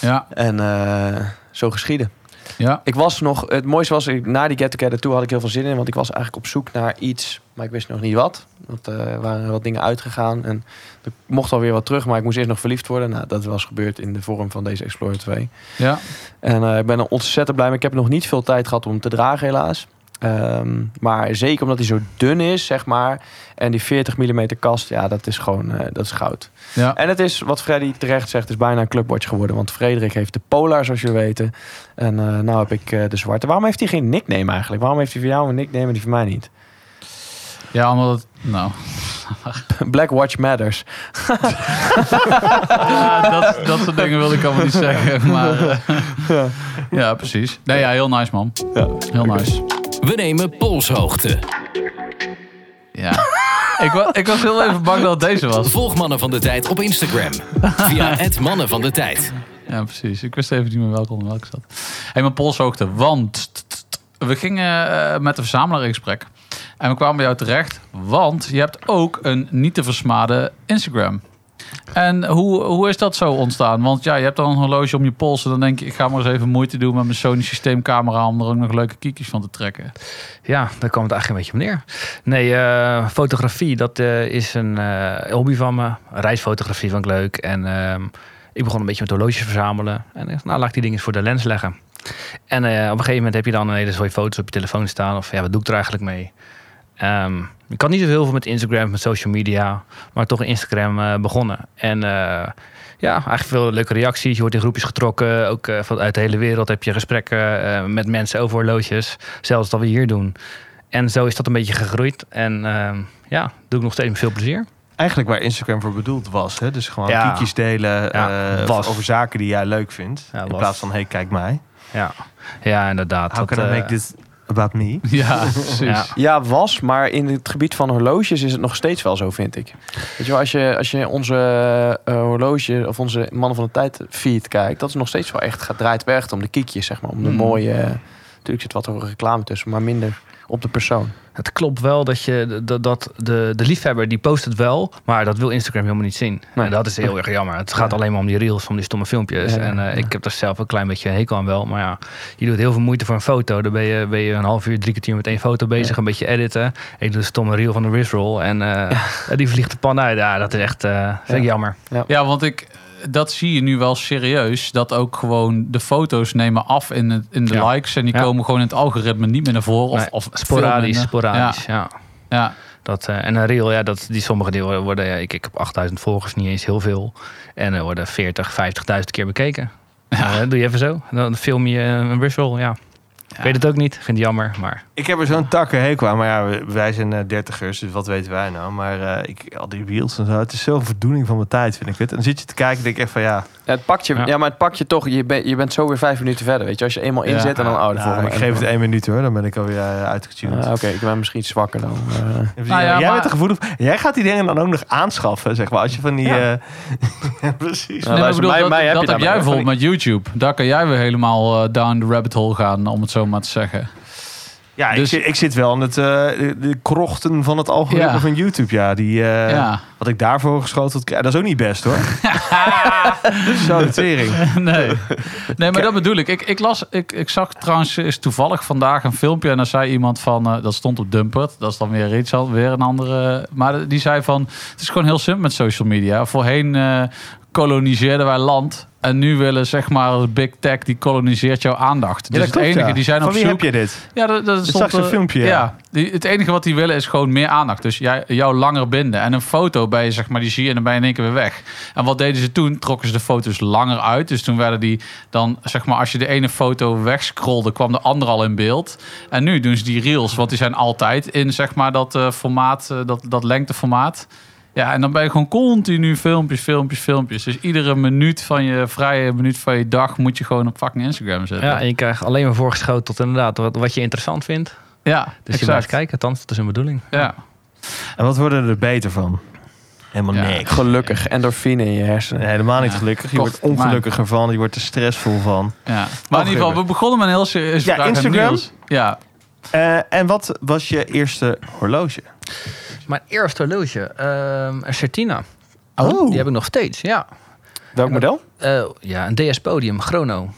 Speaker 2: Ja,
Speaker 5: En eh, zo geschiedde.
Speaker 2: ja.
Speaker 5: Ik was nog, het mooiste was, ik, na die Get Together toe had ik heel veel zin in. Want ik was eigenlijk op zoek naar iets, maar ik wist nog niet wat. Want eh, er waren wat dingen uitgegaan en er mocht alweer wat terug. Maar ik moest eerst nog verliefd worden. Nou, dat was gebeurd in de vorm van deze Explorer 2.
Speaker 2: ja.
Speaker 5: En eh, ik ben er ontzettend blij mee. Ik heb nog niet veel tijd gehad om hem te dragen helaas. Ehm, maar zeker omdat hij zo dun is, zeg maar. En die 40 mm kast, ja, dat is gewoon eh, dat is goud.
Speaker 2: Ja.
Speaker 5: En het is, wat Freddy terecht zegt, is bijna een clubwatch geworden. Want Frederik heeft de Polar, zoals jullie weten. En eh nou heb ik eh, de zwarte. Waarom heeft hij geen nickname eigenlijk? Waarom heeft hij voor jou een nickname en die voor mij niet?
Speaker 2: ja, omdat het... Nou,
Speaker 5: Black Watch Matters.
Speaker 2: Ah, dat, dat soort dingen wilde ik allemaal niet zeggen. Maar, eh, ja, precies. Nee, ja, heel nice, man. heel nice.
Speaker 6: We nemen polshoogte.
Speaker 2: Ja. ik, wa- ik was heel even bang dat het deze was.
Speaker 6: Volg Mannen van de Tijd op Instagram. Via het Mannen van de Tijd.
Speaker 2: Ja, precies. Ik wist even niet meer welke onder welke zat. hey, mijn polshoogte. Want t- t- t- we gingen eh, met de verzamelaar in gesprek. En we kwamen bij jou terecht. Want je hebt ook een niet te versmaden Instagram. En hoe, hoe is dat zo ontstaan? Want ja, je hebt dan een horloge om je pols. En dan denk je, ik ga maar eens even moeite doen met mijn Sony systeemcamera. Om er ook nog leuke kiekjes van te trekken.
Speaker 3: Ja, daar kwam het eigenlijk een beetje op neer. Nee, eh, fotografie, dat eh, is een eh, hobby van me. Reisfotografie vond ik leuk. En ehm, ik begon een beetje met horloges verzamelen. En ik dacht, nou, laat ik die dingen eens voor de lens leggen. En eh, op een gegeven moment heb je dan een hele zooi foto's op je telefoon staan. Of ja, wat doe ik er eigenlijk mee? Ehm ik had niet zoveel van met Instagram, met social media. Maar toch Instagram eh, begonnen. En eh, ja, eigenlijk veel leuke reacties. Je wordt in groepjes getrokken. Ook eh, vanuit de hele wereld heb je gesprekken eh, met mensen over horloges. Zelfs dat we hier doen. En zo is dat een beetje gegroeid. En ehm, ja, doe ik nog steeds met veel plezier.
Speaker 4: Eigenlijk waar Instagram voor bedoeld was. Hè? Dus gewoon
Speaker 3: Ja.
Speaker 4: kiekjes delen
Speaker 3: Ja,
Speaker 4: eh,
Speaker 3: was.
Speaker 4: over zaken die jij leuk vindt.
Speaker 3: Ja,
Speaker 4: in
Speaker 3: was.
Speaker 4: plaats van, hey, kijk mij.
Speaker 3: Ja, ja inderdaad.
Speaker 4: How
Speaker 3: Dat,
Speaker 4: can I
Speaker 3: eh,
Speaker 4: make this about me?
Speaker 2: Ja, precies.
Speaker 3: Ja.
Speaker 5: Ja, was, maar in het gebied van horloges is het nog steeds wel zo, vind ik. Weet je wel, als je, als je onze eh, horloge of onze Mannen van de Tijd feed kijkt, dat is nog steeds wel echt, gaat, draait wel echt om de kiekjes, zeg maar. Om de
Speaker 2: Mm.
Speaker 5: mooie, eh, natuurlijk zit wat hoge reclame tussen, maar minder op de persoon.
Speaker 3: Het klopt wel dat, je, dat, dat de, de liefhebber die post het wel, maar dat wil Instagram helemaal niet zien.
Speaker 5: Nee.
Speaker 3: En dat is heel erg jammer. Het gaat alleen maar om die reels, om die stomme filmpjes.
Speaker 5: Ja, ja,
Speaker 3: en eh,
Speaker 5: ja.
Speaker 3: ik heb daar zelf een klein beetje een hekel aan wel. Maar ja, je doet heel veel moeite voor een foto. Dan ben je, ben je een half uur, drie kwartier met één foto bezig, een beetje editen. Ik doe de stomme reel van de wristroll en eh, die vliegt de pan uit. Ja, dat is echt eh, vind
Speaker 5: Ja.
Speaker 3: ik jammer.
Speaker 2: Ja, want ik, dat zie je nu wel serieus. Dat ook gewoon de foto's nemen af in, het, in de
Speaker 3: Ja.
Speaker 2: likes. En die
Speaker 3: Ja.
Speaker 2: komen gewoon in het algoritme niet meer naar voren. Of,
Speaker 3: Nee,
Speaker 2: of veel
Speaker 3: sporadisch,
Speaker 2: minder.
Speaker 3: sporadisch, ja.
Speaker 2: Ja, ja.
Speaker 3: Dat, eh, en een reel, ja, dat, die sommige delen worden, ja, ik, ik heb 8000 volgers, niet eens heel veel. En er worden 40, 50.000 keer bekeken. Nou, dat doe je even zo. Dan film je eh, een whistle, ja. Ik weet het ook niet, vind het jammer, maar
Speaker 4: Ik heb er zo'n takken hekel aan. Maar ja, we- wij zijn eh, dertigers, dus wat weten wij nou? Maar eh, ik, al die reels en zo. Het is zo'n verdoening van mijn tijd, vind ik het. En dan zit je te kijken en denk ik echt van, ja...
Speaker 5: Ja, het pakt je, ja.
Speaker 3: Ja.
Speaker 5: maar het pakt je toch, je, ben, je bent zo weer vijf minuten verder, weet je. Als je eenmaal
Speaker 2: Ja,
Speaker 5: inzet en dan, oh, de
Speaker 4: nou,
Speaker 5: volgende.
Speaker 4: ik geef het één minuut hoor, dan ben ik alweer eh, uitgetuned.
Speaker 5: Ah, Oké, ik ben misschien zwakker dan. eh.
Speaker 4: En
Speaker 2: Nou ja,
Speaker 4: jij
Speaker 2: maar-
Speaker 4: bent er gevoelig voor. Jij gaat die dingen dan ook nog aanschaffen, zeg maar. Als je van die...
Speaker 5: Ja.
Speaker 4: eh, precies.
Speaker 2: Nee, maar ik
Speaker 5: luister,
Speaker 2: bedoel,
Speaker 5: mij-
Speaker 2: dat,
Speaker 5: mij heb
Speaker 2: dat
Speaker 5: je
Speaker 2: heb
Speaker 5: daarmee,
Speaker 2: jij
Speaker 5: hè, van
Speaker 2: bijvoorbeeld met YouTube. Daar kan jij weer helemaal eh, down the rabbit hole gaan, om het zo maar te zeggen.
Speaker 4: Ja, ik,
Speaker 2: Dus-
Speaker 4: zit, ik zit wel in het, eh, de, de krochten van het algoritme
Speaker 2: Ja.
Speaker 4: van YouTube. Ja, die, eh,
Speaker 2: ja.
Speaker 4: Wat ik daarvoor geschoteld krijg, dat is ook niet best hoor. Zo, de tering.
Speaker 2: nee. nee, maar dat bedoel ik. Ik, ik, las, ik, ik zag trouwens is toevallig vandaag een filmpje. En daar zei iemand van, eh, dat stond op Dumpert. Dat is dan weer iets, al- weer een andere. Maar die zei van, het is gewoon heel simpel met social media. Voorheen eh, koloniseerden wij land. En nu willen zeg maar de big tech, die koloniseert jouw aandacht. Dus het enige, die zijn
Speaker 4: Van
Speaker 2: op
Speaker 4: wie
Speaker 2: zoek...
Speaker 4: heb je dit?
Speaker 2: Ja, dat, dat stond,
Speaker 4: zag zo'n
Speaker 2: eh,
Speaker 4: filmpje, ja.
Speaker 2: die, het enige wat die willen is gewoon meer aandacht. Dus jij, jou langer binden. En een foto bij je, zeg maar, die zie je en dan ben je in één keer weer weg. En wat deden ze toen? Trokken ze de foto's langer uit. Dus toen werden die dan, zeg maar, als je de ene foto wegscrolde, kwam de andere al in beeld. En nu doen ze die reels, want die zijn altijd in, zeg maar, dat eh, formaat, eh, dat, dat lengteformaat. Ja, en dan ben je gewoon continu filmpjes, filmpjes, filmpjes. Dus iedere minuut van je vrije minuut van je dag moet je gewoon op fucking Instagram zetten.
Speaker 3: ja, en je krijgt alleen maar voorgeschoteld inderdaad wat, wat je interessant vindt. Dus
Speaker 2: ja
Speaker 3: je
Speaker 2: exact.
Speaker 3: blijft kijken, althans, dat is een bedoeling.
Speaker 2: Ja.
Speaker 4: En wat worden er beter van? Helemaal
Speaker 2: Ja.
Speaker 4: niks.
Speaker 5: Gelukkig, endorfine in je hersenen.
Speaker 4: Nee, helemaal niet gelukkig. Je wordt
Speaker 2: Kocht het maar.
Speaker 4: ongelukkiger van, je wordt er stressvol van.
Speaker 2: Ja. Maar in ieder geval, we begonnen met een heel serieus
Speaker 4: Ja,
Speaker 2: vraag aan
Speaker 4: Instagram.
Speaker 2: Niels. Ja,
Speaker 4: Eh, en wat was je eerste horloge?
Speaker 3: Mijn eerste horloge, ehm een Certina.
Speaker 4: Oh.
Speaker 3: Die heb ik nog steeds, ja.
Speaker 5: Welk model?
Speaker 3: Eh, ja, een DS Podium, Chrono.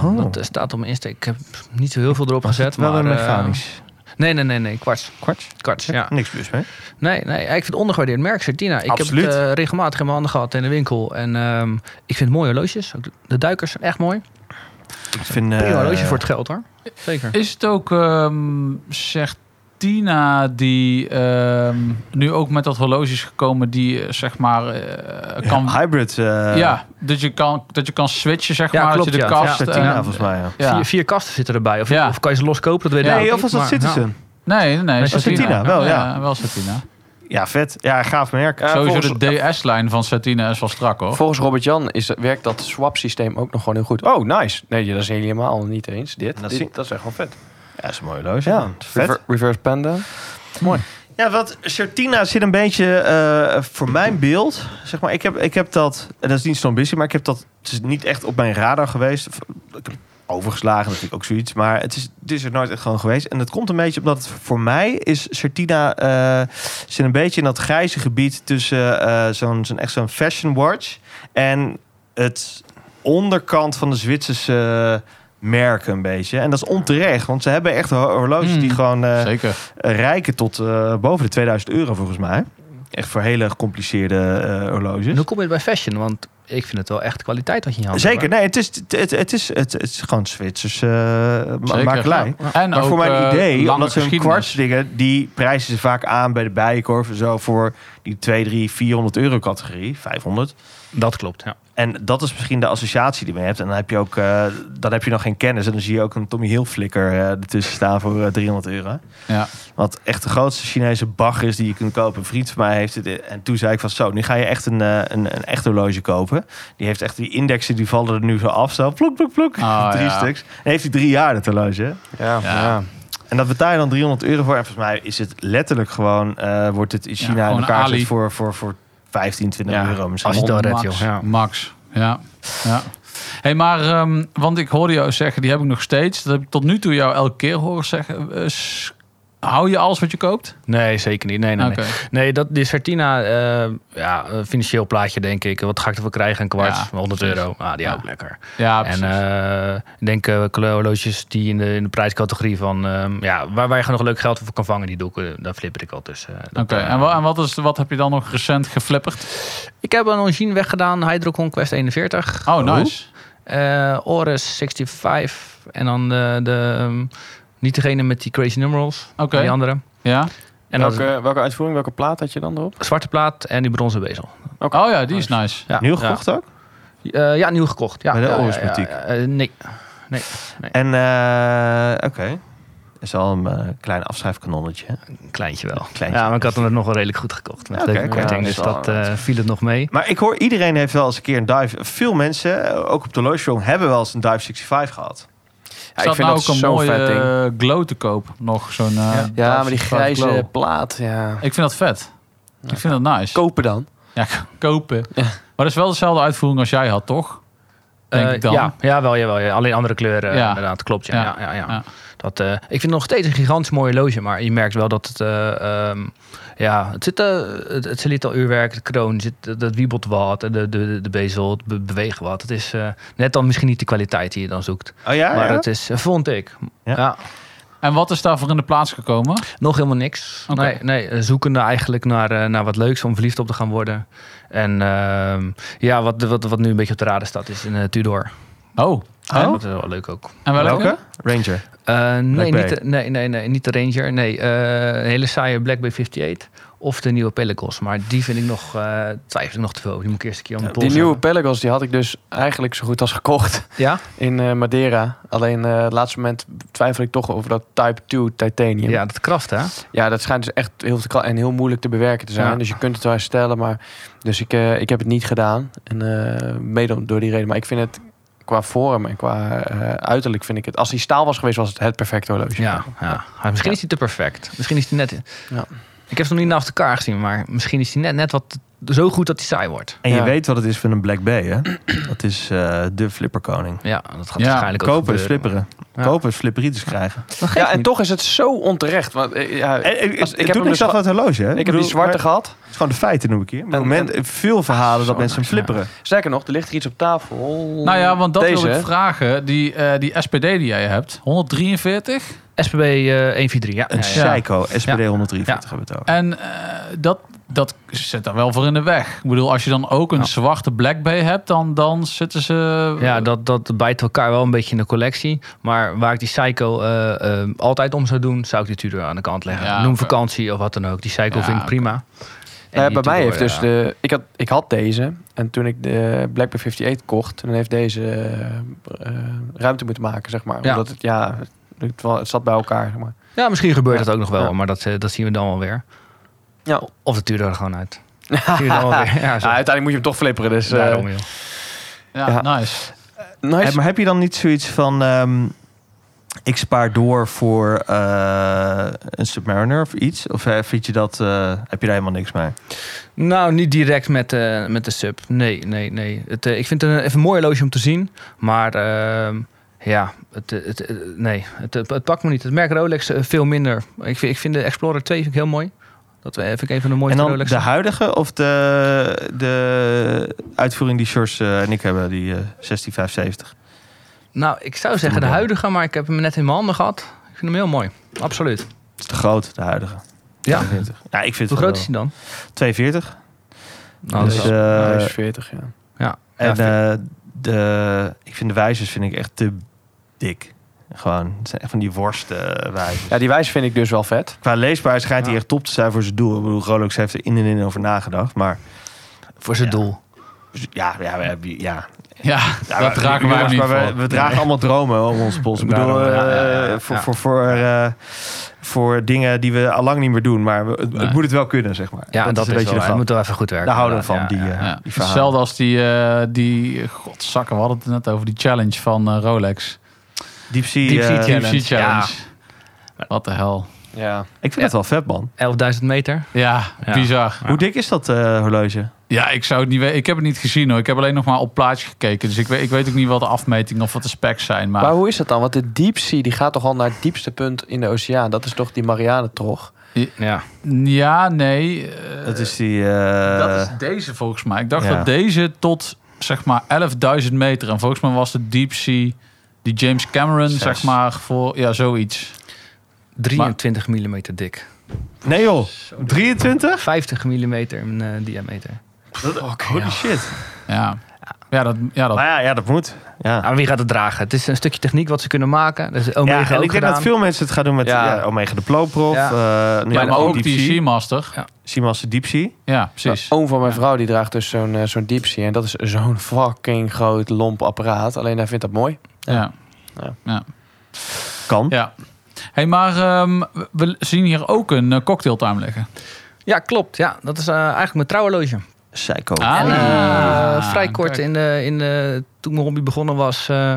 Speaker 4: Oh.
Speaker 3: Dat eh, staat op mijn Insta. Ik heb niet zo heel veel erop gezet.
Speaker 4: Wel
Speaker 3: maar,
Speaker 4: een
Speaker 3: eh,
Speaker 4: mechanisch.
Speaker 3: nee, nee, nee, nee, kwarts.
Speaker 4: Kwarts?
Speaker 3: Kwarts, ja.
Speaker 4: Niks plus mee.
Speaker 3: Nee, nee, ik vind het ondergewaardeerd merk, Certina. Ik
Speaker 4: Absoluut.
Speaker 3: heb het eh, regelmatig in mijn handen gehad in de winkel. En ehm, ik vind mooie horloges. Ook de- De duikers zijn echt mooi.
Speaker 4: Ik vind, eh,
Speaker 3: Prima horloge voor het geld hoor. Zeker.
Speaker 2: Is het ook, ehm zegt Tina, die ehm, nu ook met dat horloge is gekomen, die eh, zeg maar eh,
Speaker 4: ja,
Speaker 2: kan. Ja,
Speaker 4: hybrid. eh,
Speaker 2: dat, je kan, dat je kan switchen, zeg
Speaker 3: Ja,
Speaker 2: maar.
Speaker 3: klopt,
Speaker 2: dat je de
Speaker 3: ja.
Speaker 2: kast.
Speaker 4: ja,
Speaker 2: eh,
Speaker 4: Tina, volgens mij. Ja.
Speaker 2: ja.
Speaker 3: Vier, vier kasten zitten erbij. Of,
Speaker 2: Ja.
Speaker 3: of kan je ze loskopen, dat weet ik
Speaker 4: Nee,
Speaker 3: niet.
Speaker 4: of was dat
Speaker 3: Maar- nou,
Speaker 4: Citizen?
Speaker 3: ja.
Speaker 2: Nee, nee, nee.
Speaker 3: Nee,
Speaker 2: Satina.
Speaker 4: Satina, wel, ja. Eh,
Speaker 2: wel Satina.
Speaker 4: Ja, vet. Ja, gaaf merk.
Speaker 5: Ja,
Speaker 2: Sowieso
Speaker 5: volgens-
Speaker 2: de DS-lijn van Satina is wel strak hoor.
Speaker 5: Volgens Robert-Jan is, werkt dat swap-systeem ook nog gewoon heel goed. Oh, nice. Nee, dat is helemaal niet eens. Dit,
Speaker 4: Dat
Speaker 5: dat,
Speaker 4: is-
Speaker 5: dit, dat is echt wel vet.
Speaker 4: Ja, is een mooi horloge.
Speaker 5: Ja,
Speaker 4: Ja, vet.
Speaker 5: Rever- reverse Panda.
Speaker 4: Ja, wat Certina zit een beetje eh, voor mijn beeld. Zeg maar, ik heb, ik heb dat, en dat is niet zo'n ambitie, maar ik heb dat, het is niet echt op mijn radar geweest. eh, Ik heb het overgeslagen natuurlijk ook zoiets, maar het is, het is er nooit echt gewoon geweest. En dat komt een beetje omdat het voor mij is Certina eh, zit een beetje in dat grijze gebied tussen eh, zo'n, zo'n echt zo'n fashion watch en het onderkant van de Zwitserse merken een beetje. En dat is onterecht, want ze hebben echt hor- horloges
Speaker 2: Hmm.
Speaker 4: die gewoon... eh,
Speaker 2: Zeker.
Speaker 4: eh, rijken tot eh, boven de 2000 euro volgens mij. Echt voor hele gecompliceerde eh,
Speaker 3: En
Speaker 4: horloges.
Speaker 3: hoe kom je bij fashion? Want ik vind het wel echt kwaliteit wat je in je handen
Speaker 4: Zeker,
Speaker 3: hebt.
Speaker 4: nee, het is, het, het, het is, het, het is gewoon Zwitserse eh, ma-
Speaker 2: Zeker.
Speaker 4: makelij.
Speaker 2: Ja. En
Speaker 4: Maar
Speaker 2: ook,
Speaker 4: voor mijn
Speaker 2: eh,
Speaker 4: idee,
Speaker 2: lange
Speaker 4: omdat ze hun
Speaker 2: geschiedenis.
Speaker 4: kwarts dingen, die prijzen ze vaak aan bij de bijenkorf en zo voor die 2, 3, 400 euro categorie, 500.
Speaker 3: Dat klopt, ja.
Speaker 4: En dat is misschien de associatie die je hebt. En dan heb je ook, eh, dan heb je nog geen kennis en dan zie je ook een Tommy Hill flikker eh, ertussen staan voor eh, 300 euro.
Speaker 2: Ja.
Speaker 4: Wat echt de grootste Chinese bag is die je kunt kopen. Een vriend van mij heeft het. En toen zei ik van zo, nu ga je echt een, eh, een, een echt horloge kopen. Die heeft echt die indexen, die vallen er nu zo af. Zo, plok, plok, plok.
Speaker 2: Ah,
Speaker 4: Drie
Speaker 2: ja.
Speaker 4: stuks. En heeft hij drie jaar dat horloge. hè?
Speaker 5: Ja, ja.
Speaker 4: En dat betaal je dan 300 euro voor. En volgens mij is het letterlijk gewoon, eh, wordt het in
Speaker 2: Ja,
Speaker 4: China in
Speaker 2: gewoon
Speaker 4: elkaar
Speaker 2: Ali.
Speaker 4: gezet voor, voor, voor 15, 20
Speaker 5: Ja,
Speaker 4: euro misschien.
Speaker 3: Als je het al redt,
Speaker 2: Max,
Speaker 3: joh. Ja.
Speaker 2: Max, ja. ja. hey, maar, ehm, want ik hoorde jou zeggen, die heb ik nog steeds. Dat heb ik tot nu toe jou elke keer horen zeggen. Eh, s- hou je alles wat je koopt?
Speaker 3: Nee, zeker niet. Nee, nee,
Speaker 2: Oké.
Speaker 3: nee. nee dat, die Certina, eh, ja, een financieel plaatje denk ik. Wat ga ik ervoor krijgen? Een kwart,
Speaker 2: Ja,
Speaker 3: 100
Speaker 2: precies.
Speaker 3: euro. Ah, die hou ik
Speaker 2: Ja.
Speaker 3: lekker.
Speaker 2: Ja,
Speaker 3: En
Speaker 2: precies.
Speaker 3: eh, ik denk eh horloges die in de, in de prijscategorie van... ehm, ja, waar, waar je gewoon nog leuk geld voor kan vangen, die doe ik, eh, daar flipper ik al tussen.
Speaker 2: Oké,
Speaker 3: eh,
Speaker 2: en, wa- en wat, is, wat heb je dan nog recent geflipperd?
Speaker 3: Ik heb een Ongine weggedaan, Hydro Conquest 41.
Speaker 2: Oh, nice.
Speaker 3: eh Oris 65. En dan de, de, ehm, niet degene met die crazy numerals.
Speaker 2: Oké,
Speaker 3: maar Die andere.
Speaker 2: ja.
Speaker 3: En dan
Speaker 5: welke, welke uitvoering, welke plaat had je dan erop?
Speaker 3: de zwarte plaat en die bronzen bezel.
Speaker 2: Oh ja, die is nice.
Speaker 3: Ja,
Speaker 4: Nieuw gekocht ook?
Speaker 3: Ja, Eh, ja nieuw gekocht. Ja,
Speaker 4: Bij de
Speaker 3: ja, ja,
Speaker 4: Oris
Speaker 3: ja,
Speaker 4: boutique.
Speaker 3: ja, eh, nee.
Speaker 4: En, eh, oké. Is al een eh, klein afschrijfkanonnetje. hè?
Speaker 3: Een kleintje wel.
Speaker 4: Kleintje.
Speaker 3: Ja, maar ik had hem er nog wel redelijk goed gekocht. Met
Speaker 4: Ja, oké,
Speaker 3: leuke korting,
Speaker 4: ja,
Speaker 3: dus
Speaker 4: dat is
Speaker 3: dat
Speaker 4: wel-
Speaker 3: eh, viel het nog mee.
Speaker 4: Maar ik hoor iedereen heeft wel eens een keer een dive. Veel mensen, eh, ook op de Lotion, hebben wel eens een dive 65 gehad.
Speaker 5: Ja,
Speaker 2: Staat nou ook een mooie
Speaker 5: vet ding.
Speaker 2: eh, glow te koop. Nog zo'n... eh,
Speaker 5: Ja, maar die grijze
Speaker 2: glow.
Speaker 5: plaat, ja.
Speaker 2: Ik vind dat vet. Ik vind dat nice.
Speaker 5: Kopen dan.
Speaker 2: Ja, kopen. Maar dat is wel dezelfde uitvoering als jij had, toch? Denk
Speaker 3: Eh,
Speaker 2: ik dan.
Speaker 3: Ja, ja, wel, jawel, ja. alleen andere kleuren
Speaker 2: Ja.
Speaker 3: inderdaad, klopt. Ja,
Speaker 2: Ja,
Speaker 3: ja. Ja, ja,
Speaker 2: ja.
Speaker 3: Dat, eh, ik vind het nog steeds een gigantisch mooi loge, maar je merkt wel dat het, eh, ehm, ja, het zit, eh, het, het al uurwerk, de kroon, zit, dat- dat wiebelt wat, de, de, de, de bezel, het be- beweegt wat. Het is eh, net dan misschien niet de kwaliteit die je dan zoekt,
Speaker 4: Oh ja?
Speaker 3: maar
Speaker 4: ja?
Speaker 3: dat is, eh, vond ik,
Speaker 4: Ja.
Speaker 3: ja.
Speaker 2: En wat is daarvoor in de plaats gekomen?
Speaker 3: nog helemaal niks.
Speaker 2: Oké.
Speaker 3: Nee, nee, eh, zoekende eigenlijk naar, eh, naar wat leuks om verliefd op te gaan worden. En ehm, ja, wat, wat, wat nu een beetje op de radar staat is een eh, Tudor.
Speaker 2: Oh.
Speaker 3: En
Speaker 2: En,
Speaker 3: Dat is wel leuk ook.
Speaker 2: en welke?
Speaker 4: Welke? Ranger.
Speaker 3: Eh, nee,
Speaker 4: Bay.
Speaker 3: niet de, nee, nee, nee, niet de Ranger. Nee, eh, een hele saaie Black Bay 58 of de nieuwe Pelagos. Maar die vind ik nog, eh, twijfel ik nog te veel. over. Die moet ik eerst een keer aan de pols
Speaker 5: Die nieuwe Pelagos, die had ik dus eigenlijk zo goed als gekocht
Speaker 3: Ja?
Speaker 5: in eh, Madeira. Alleen eh, het laatste moment twijfel ik toch over dat Type 2 titanium.
Speaker 3: ja, dat kracht hè?
Speaker 5: Ja, dat schijnt dus echt heel, te kra- en heel moeilijk te bewerken te zijn.
Speaker 3: Ja.
Speaker 5: Dus je kunt het wel herstellen, maar... Dus ik, eh, ik heb het niet gedaan. En eh, mede om- door die reden. Maar ik vind het qua vorm en qua eh, uiterlijk vind ik het... Als die staal was geweest, was het het perfecte horloge.
Speaker 3: Ja, ja. Ah, misschien is die te perfect. Misschien is die net...
Speaker 5: Ja.
Speaker 3: Ik heb ze nog niet naast elkaar gezien, maar misschien is die net, net wat zo goed dat die saai wordt.
Speaker 4: En je
Speaker 5: Ja.
Speaker 4: weet wat het is van een Black Bay, hè? Dat is eh, de flipperkoning.
Speaker 3: Ja, dat gaat
Speaker 2: Ja,
Speaker 3: waarschijnlijk ook
Speaker 4: Kopen,
Speaker 3: gebeuren.
Speaker 4: flipperen.
Speaker 3: Ja.
Speaker 4: Kopers, flipperitis krijgen.
Speaker 5: Ja, en toch is het zo onterecht. Want, eh, ja,
Speaker 4: En, en-
Speaker 5: als-
Speaker 4: en
Speaker 5: heb
Speaker 4: toen
Speaker 5: hem
Speaker 4: ik
Speaker 5: dus
Speaker 4: zag
Speaker 5: ge-
Speaker 4: dat horloge, hè?
Speaker 5: ik heb
Speaker 4: bedoel,
Speaker 5: die zwarte
Speaker 4: maar-
Speaker 5: gehad.
Speaker 4: Het is gewoon de feiten, noem ik hier. Maar
Speaker 5: En-
Speaker 4: op het moment, veel verhalen dat
Speaker 3: Zo
Speaker 4: mensen hem
Speaker 3: nice, ja.
Speaker 4: flipperen.
Speaker 5: Sterker nog, er ligt hier iets op tafel.
Speaker 2: Nou ja, want dat
Speaker 5: Deze,
Speaker 2: wil ik
Speaker 5: hè?
Speaker 2: vragen. Die, eh, die SPD die jij hebt, 143.
Speaker 3: SPB eh, 143, ja.
Speaker 4: Een
Speaker 3: ja, ja.
Speaker 4: psycho, SPD 143
Speaker 3: Ja.
Speaker 4: hebben we het over.
Speaker 2: En eh, dat, dat zit daar wel voor in de weg. Ik bedoel, als je dan ook een
Speaker 3: Ja.
Speaker 2: zwarte Black Bay hebt, dan, dan zitten ze...
Speaker 3: Ja, dat, dat bijt elkaar wel een beetje in de collectie. Maar waar ik die Psycho eh, eh, altijd om zou doen, zou ik die Tudor aan de kant leggen.
Speaker 2: Ja,
Speaker 3: Noem
Speaker 2: oké.
Speaker 3: vakantie of wat dan ook. Die Psycho
Speaker 2: Ja,
Speaker 3: vind ik
Speaker 2: oké.
Speaker 3: prima. En
Speaker 5: Nou ja,
Speaker 3: die
Speaker 5: bij mij heeft
Speaker 3: Tudor,
Speaker 5: dus
Speaker 3: ja.
Speaker 5: de. Ik had, ik had deze. En toen ik de Blackberry 58 kocht, dan heeft deze eh, eh, ruimte moeten maken, zeg maar.
Speaker 3: Ja.
Speaker 5: Omdat het, ja, het, wel- het zat bij elkaar. Zeg maar.
Speaker 3: Ja, misschien gebeurt dat ook nog wel,
Speaker 5: Ja.
Speaker 3: maar dat, eh, dat zien we dan wel weer.
Speaker 5: Ja.
Speaker 3: Of de Tudor er gewoon uit. Dat zien we dan wel weer. Ja,
Speaker 5: Ah,
Speaker 3: zo.
Speaker 5: uiteindelijk moet je hem toch flipperen. Dus, eh,
Speaker 3: Daarom, joh.
Speaker 2: Ja,
Speaker 5: Ja.
Speaker 2: nice.
Speaker 5: nice.
Speaker 4: Eh, maar heb je dan niet zoiets van... ehm, ik spaar door voor eh, een Submariner of iets? Of eh, vind je dat... eh, heb je daar helemaal niks mee?
Speaker 3: Nou, niet direct met, eh, met de sub. Nee, nee, nee. Het, eh, ik vind het een, even een mooi horloge om te zien. Maar ehm, ja, het, eh, het, eh, nee, het, eh, het pakt me niet. Het merk Rolex eh, veel minder. Ik vind, ik vind de Explorer 2 vind ik heel mooi. Dat eh, vind ik een van de mooiste
Speaker 4: En dan
Speaker 3: Rolex.
Speaker 4: de huidige of de, de uitvoering die George eh, en ik hebben, die eh, 16570?
Speaker 3: Nou, ik zou zeggen de
Speaker 4: model.
Speaker 3: huidige, maar ik heb hem net in mijn handen gehad. Ik vind hem heel mooi. Absoluut.
Speaker 4: Dat is te groot, de huidige.
Speaker 3: Ja.
Speaker 4: 45. Ja, ik vind
Speaker 3: Hoe
Speaker 4: het
Speaker 3: groot is
Speaker 4: wel-
Speaker 3: hij dan?
Speaker 4: 42.
Speaker 3: Nou,
Speaker 4: Dus,
Speaker 3: dat is-
Speaker 4: eh,
Speaker 5: Ja, hij is 40, ja.
Speaker 3: ja.
Speaker 4: En
Speaker 3: Ja,
Speaker 4: eh, de, ik vind de wijzers vind ik echt te dik. Gewoon, het zijn echt van die worsten eh, wijzers.
Speaker 5: ja, die wijze vind ik dus wel vet.
Speaker 4: Qua leesbaarheid schijnt hij
Speaker 3: Ja.
Speaker 4: echt top te zijn voor zijn doel. Ik bedoel, Rolex heeft er in en in over nagedacht. Maar Dus
Speaker 3: voor zijn doel.
Speaker 4: ja, ja, we hebben- ja.
Speaker 2: Ja,
Speaker 4: Ja,
Speaker 2: dat dragen
Speaker 4: we-
Speaker 2: wij hem
Speaker 4: jongens,
Speaker 2: niet
Speaker 4: maar we,
Speaker 2: voor.
Speaker 4: we dragen allemaal dromen om onze pols. Ik bedoel,
Speaker 3: Daarom, ja, ja, ja,
Speaker 4: eh,
Speaker 3: ja.
Speaker 4: voor,
Speaker 3: Ja.
Speaker 4: voor, voor, eh, voor dingen die we al lang niet meer doen. Maar we- het, het
Speaker 2: Nee.
Speaker 4: moet het wel kunnen, zeg maar.
Speaker 3: Ja, dat, is, wel,
Speaker 4: de
Speaker 3: Hij moet
Speaker 4: grap.
Speaker 3: wel even goed werken.
Speaker 4: Daar houden we van,
Speaker 3: Ja,
Speaker 4: die,
Speaker 3: ja,
Speaker 4: eh,
Speaker 2: Ja.
Speaker 4: die verhalen.
Speaker 2: Hetzelfde als die, eh, die... Godzakken, we hadden het net over die challenge van eh, Rolex.
Speaker 4: Deep Sea,
Speaker 3: Deep Sea
Speaker 4: eh,
Speaker 3: Challenge.
Speaker 2: Deep Sea Challenge. Wat de hel.
Speaker 5: Ja.
Speaker 4: Ik vind dat wel vet, man.
Speaker 3: 11.000 meter.
Speaker 2: Ja,
Speaker 3: Ja.
Speaker 2: bizar.
Speaker 4: Hoe dik is dat eh, horloge?
Speaker 2: Ja, ik zou het niet weten. Ik heb het niet gezien hoor. Ik heb alleen nog maar op plaatje gekeken. Dus ik weet, ik weet ook niet wat de afmeting of wat de specs zijn. Maar,
Speaker 5: Maar hoe is dat dan? Want de deep sea die gaat toch al naar het diepste punt in de oceaan. Dat is toch die Marianentrog?
Speaker 3: Ja.
Speaker 2: ja, nee. eh,
Speaker 4: Dat is die... eh,
Speaker 2: dat is deze volgens mij. Ik dacht
Speaker 4: ja.
Speaker 2: dat deze tot zeg maar 11.000 meter. En volgens mij was de deep sea die James Cameron
Speaker 4: Zes.
Speaker 2: zeg maar voor ja zoiets.
Speaker 3: 23 mm dik.
Speaker 4: Nee joh, 23?
Speaker 3: 50 mm in eh, diameter.
Speaker 4: Holy shit.
Speaker 2: Ja, ja dat ja dat.
Speaker 4: Maar ja, ja, dat moet. Ja.
Speaker 3: Maar wie gaat het dragen? Het is een stukje techniek wat ze kunnen maken. Dat is Omega
Speaker 4: ja, en ik
Speaker 3: ook
Speaker 4: denk
Speaker 3: gedaan.
Speaker 4: dat veel mensen het gaan doen met
Speaker 5: Ja.
Speaker 4: ja. Omega de Ploprof.
Speaker 3: Ja.
Speaker 4: eh nu
Speaker 2: Ja, maar ook
Speaker 4: Deep
Speaker 2: die
Speaker 4: Sea.
Speaker 2: Seamaster.
Speaker 4: Simas de Deep Sea.
Speaker 2: Ja, precies.
Speaker 5: Oom van mijn vrouw die draagt dus zo'n eh, zo'n deep sea. En dat is zo'n fucking groot lomp apparaat. Alleen hij vindt dat mooi.
Speaker 2: Ja.
Speaker 4: Kan.
Speaker 2: ja. Hey, maar ehm, we- we zien hier ook een eh, cocktailtime liggen.
Speaker 3: Ja, klopt. Ja, dat is eh, eigenlijk mijn trouwhorloge.
Speaker 4: Psycho.
Speaker 3: en eh,
Speaker 2: Ah,
Speaker 3: vrij kort,
Speaker 2: kijk.
Speaker 3: in de, in de, toen mijn hobby begonnen was, eh,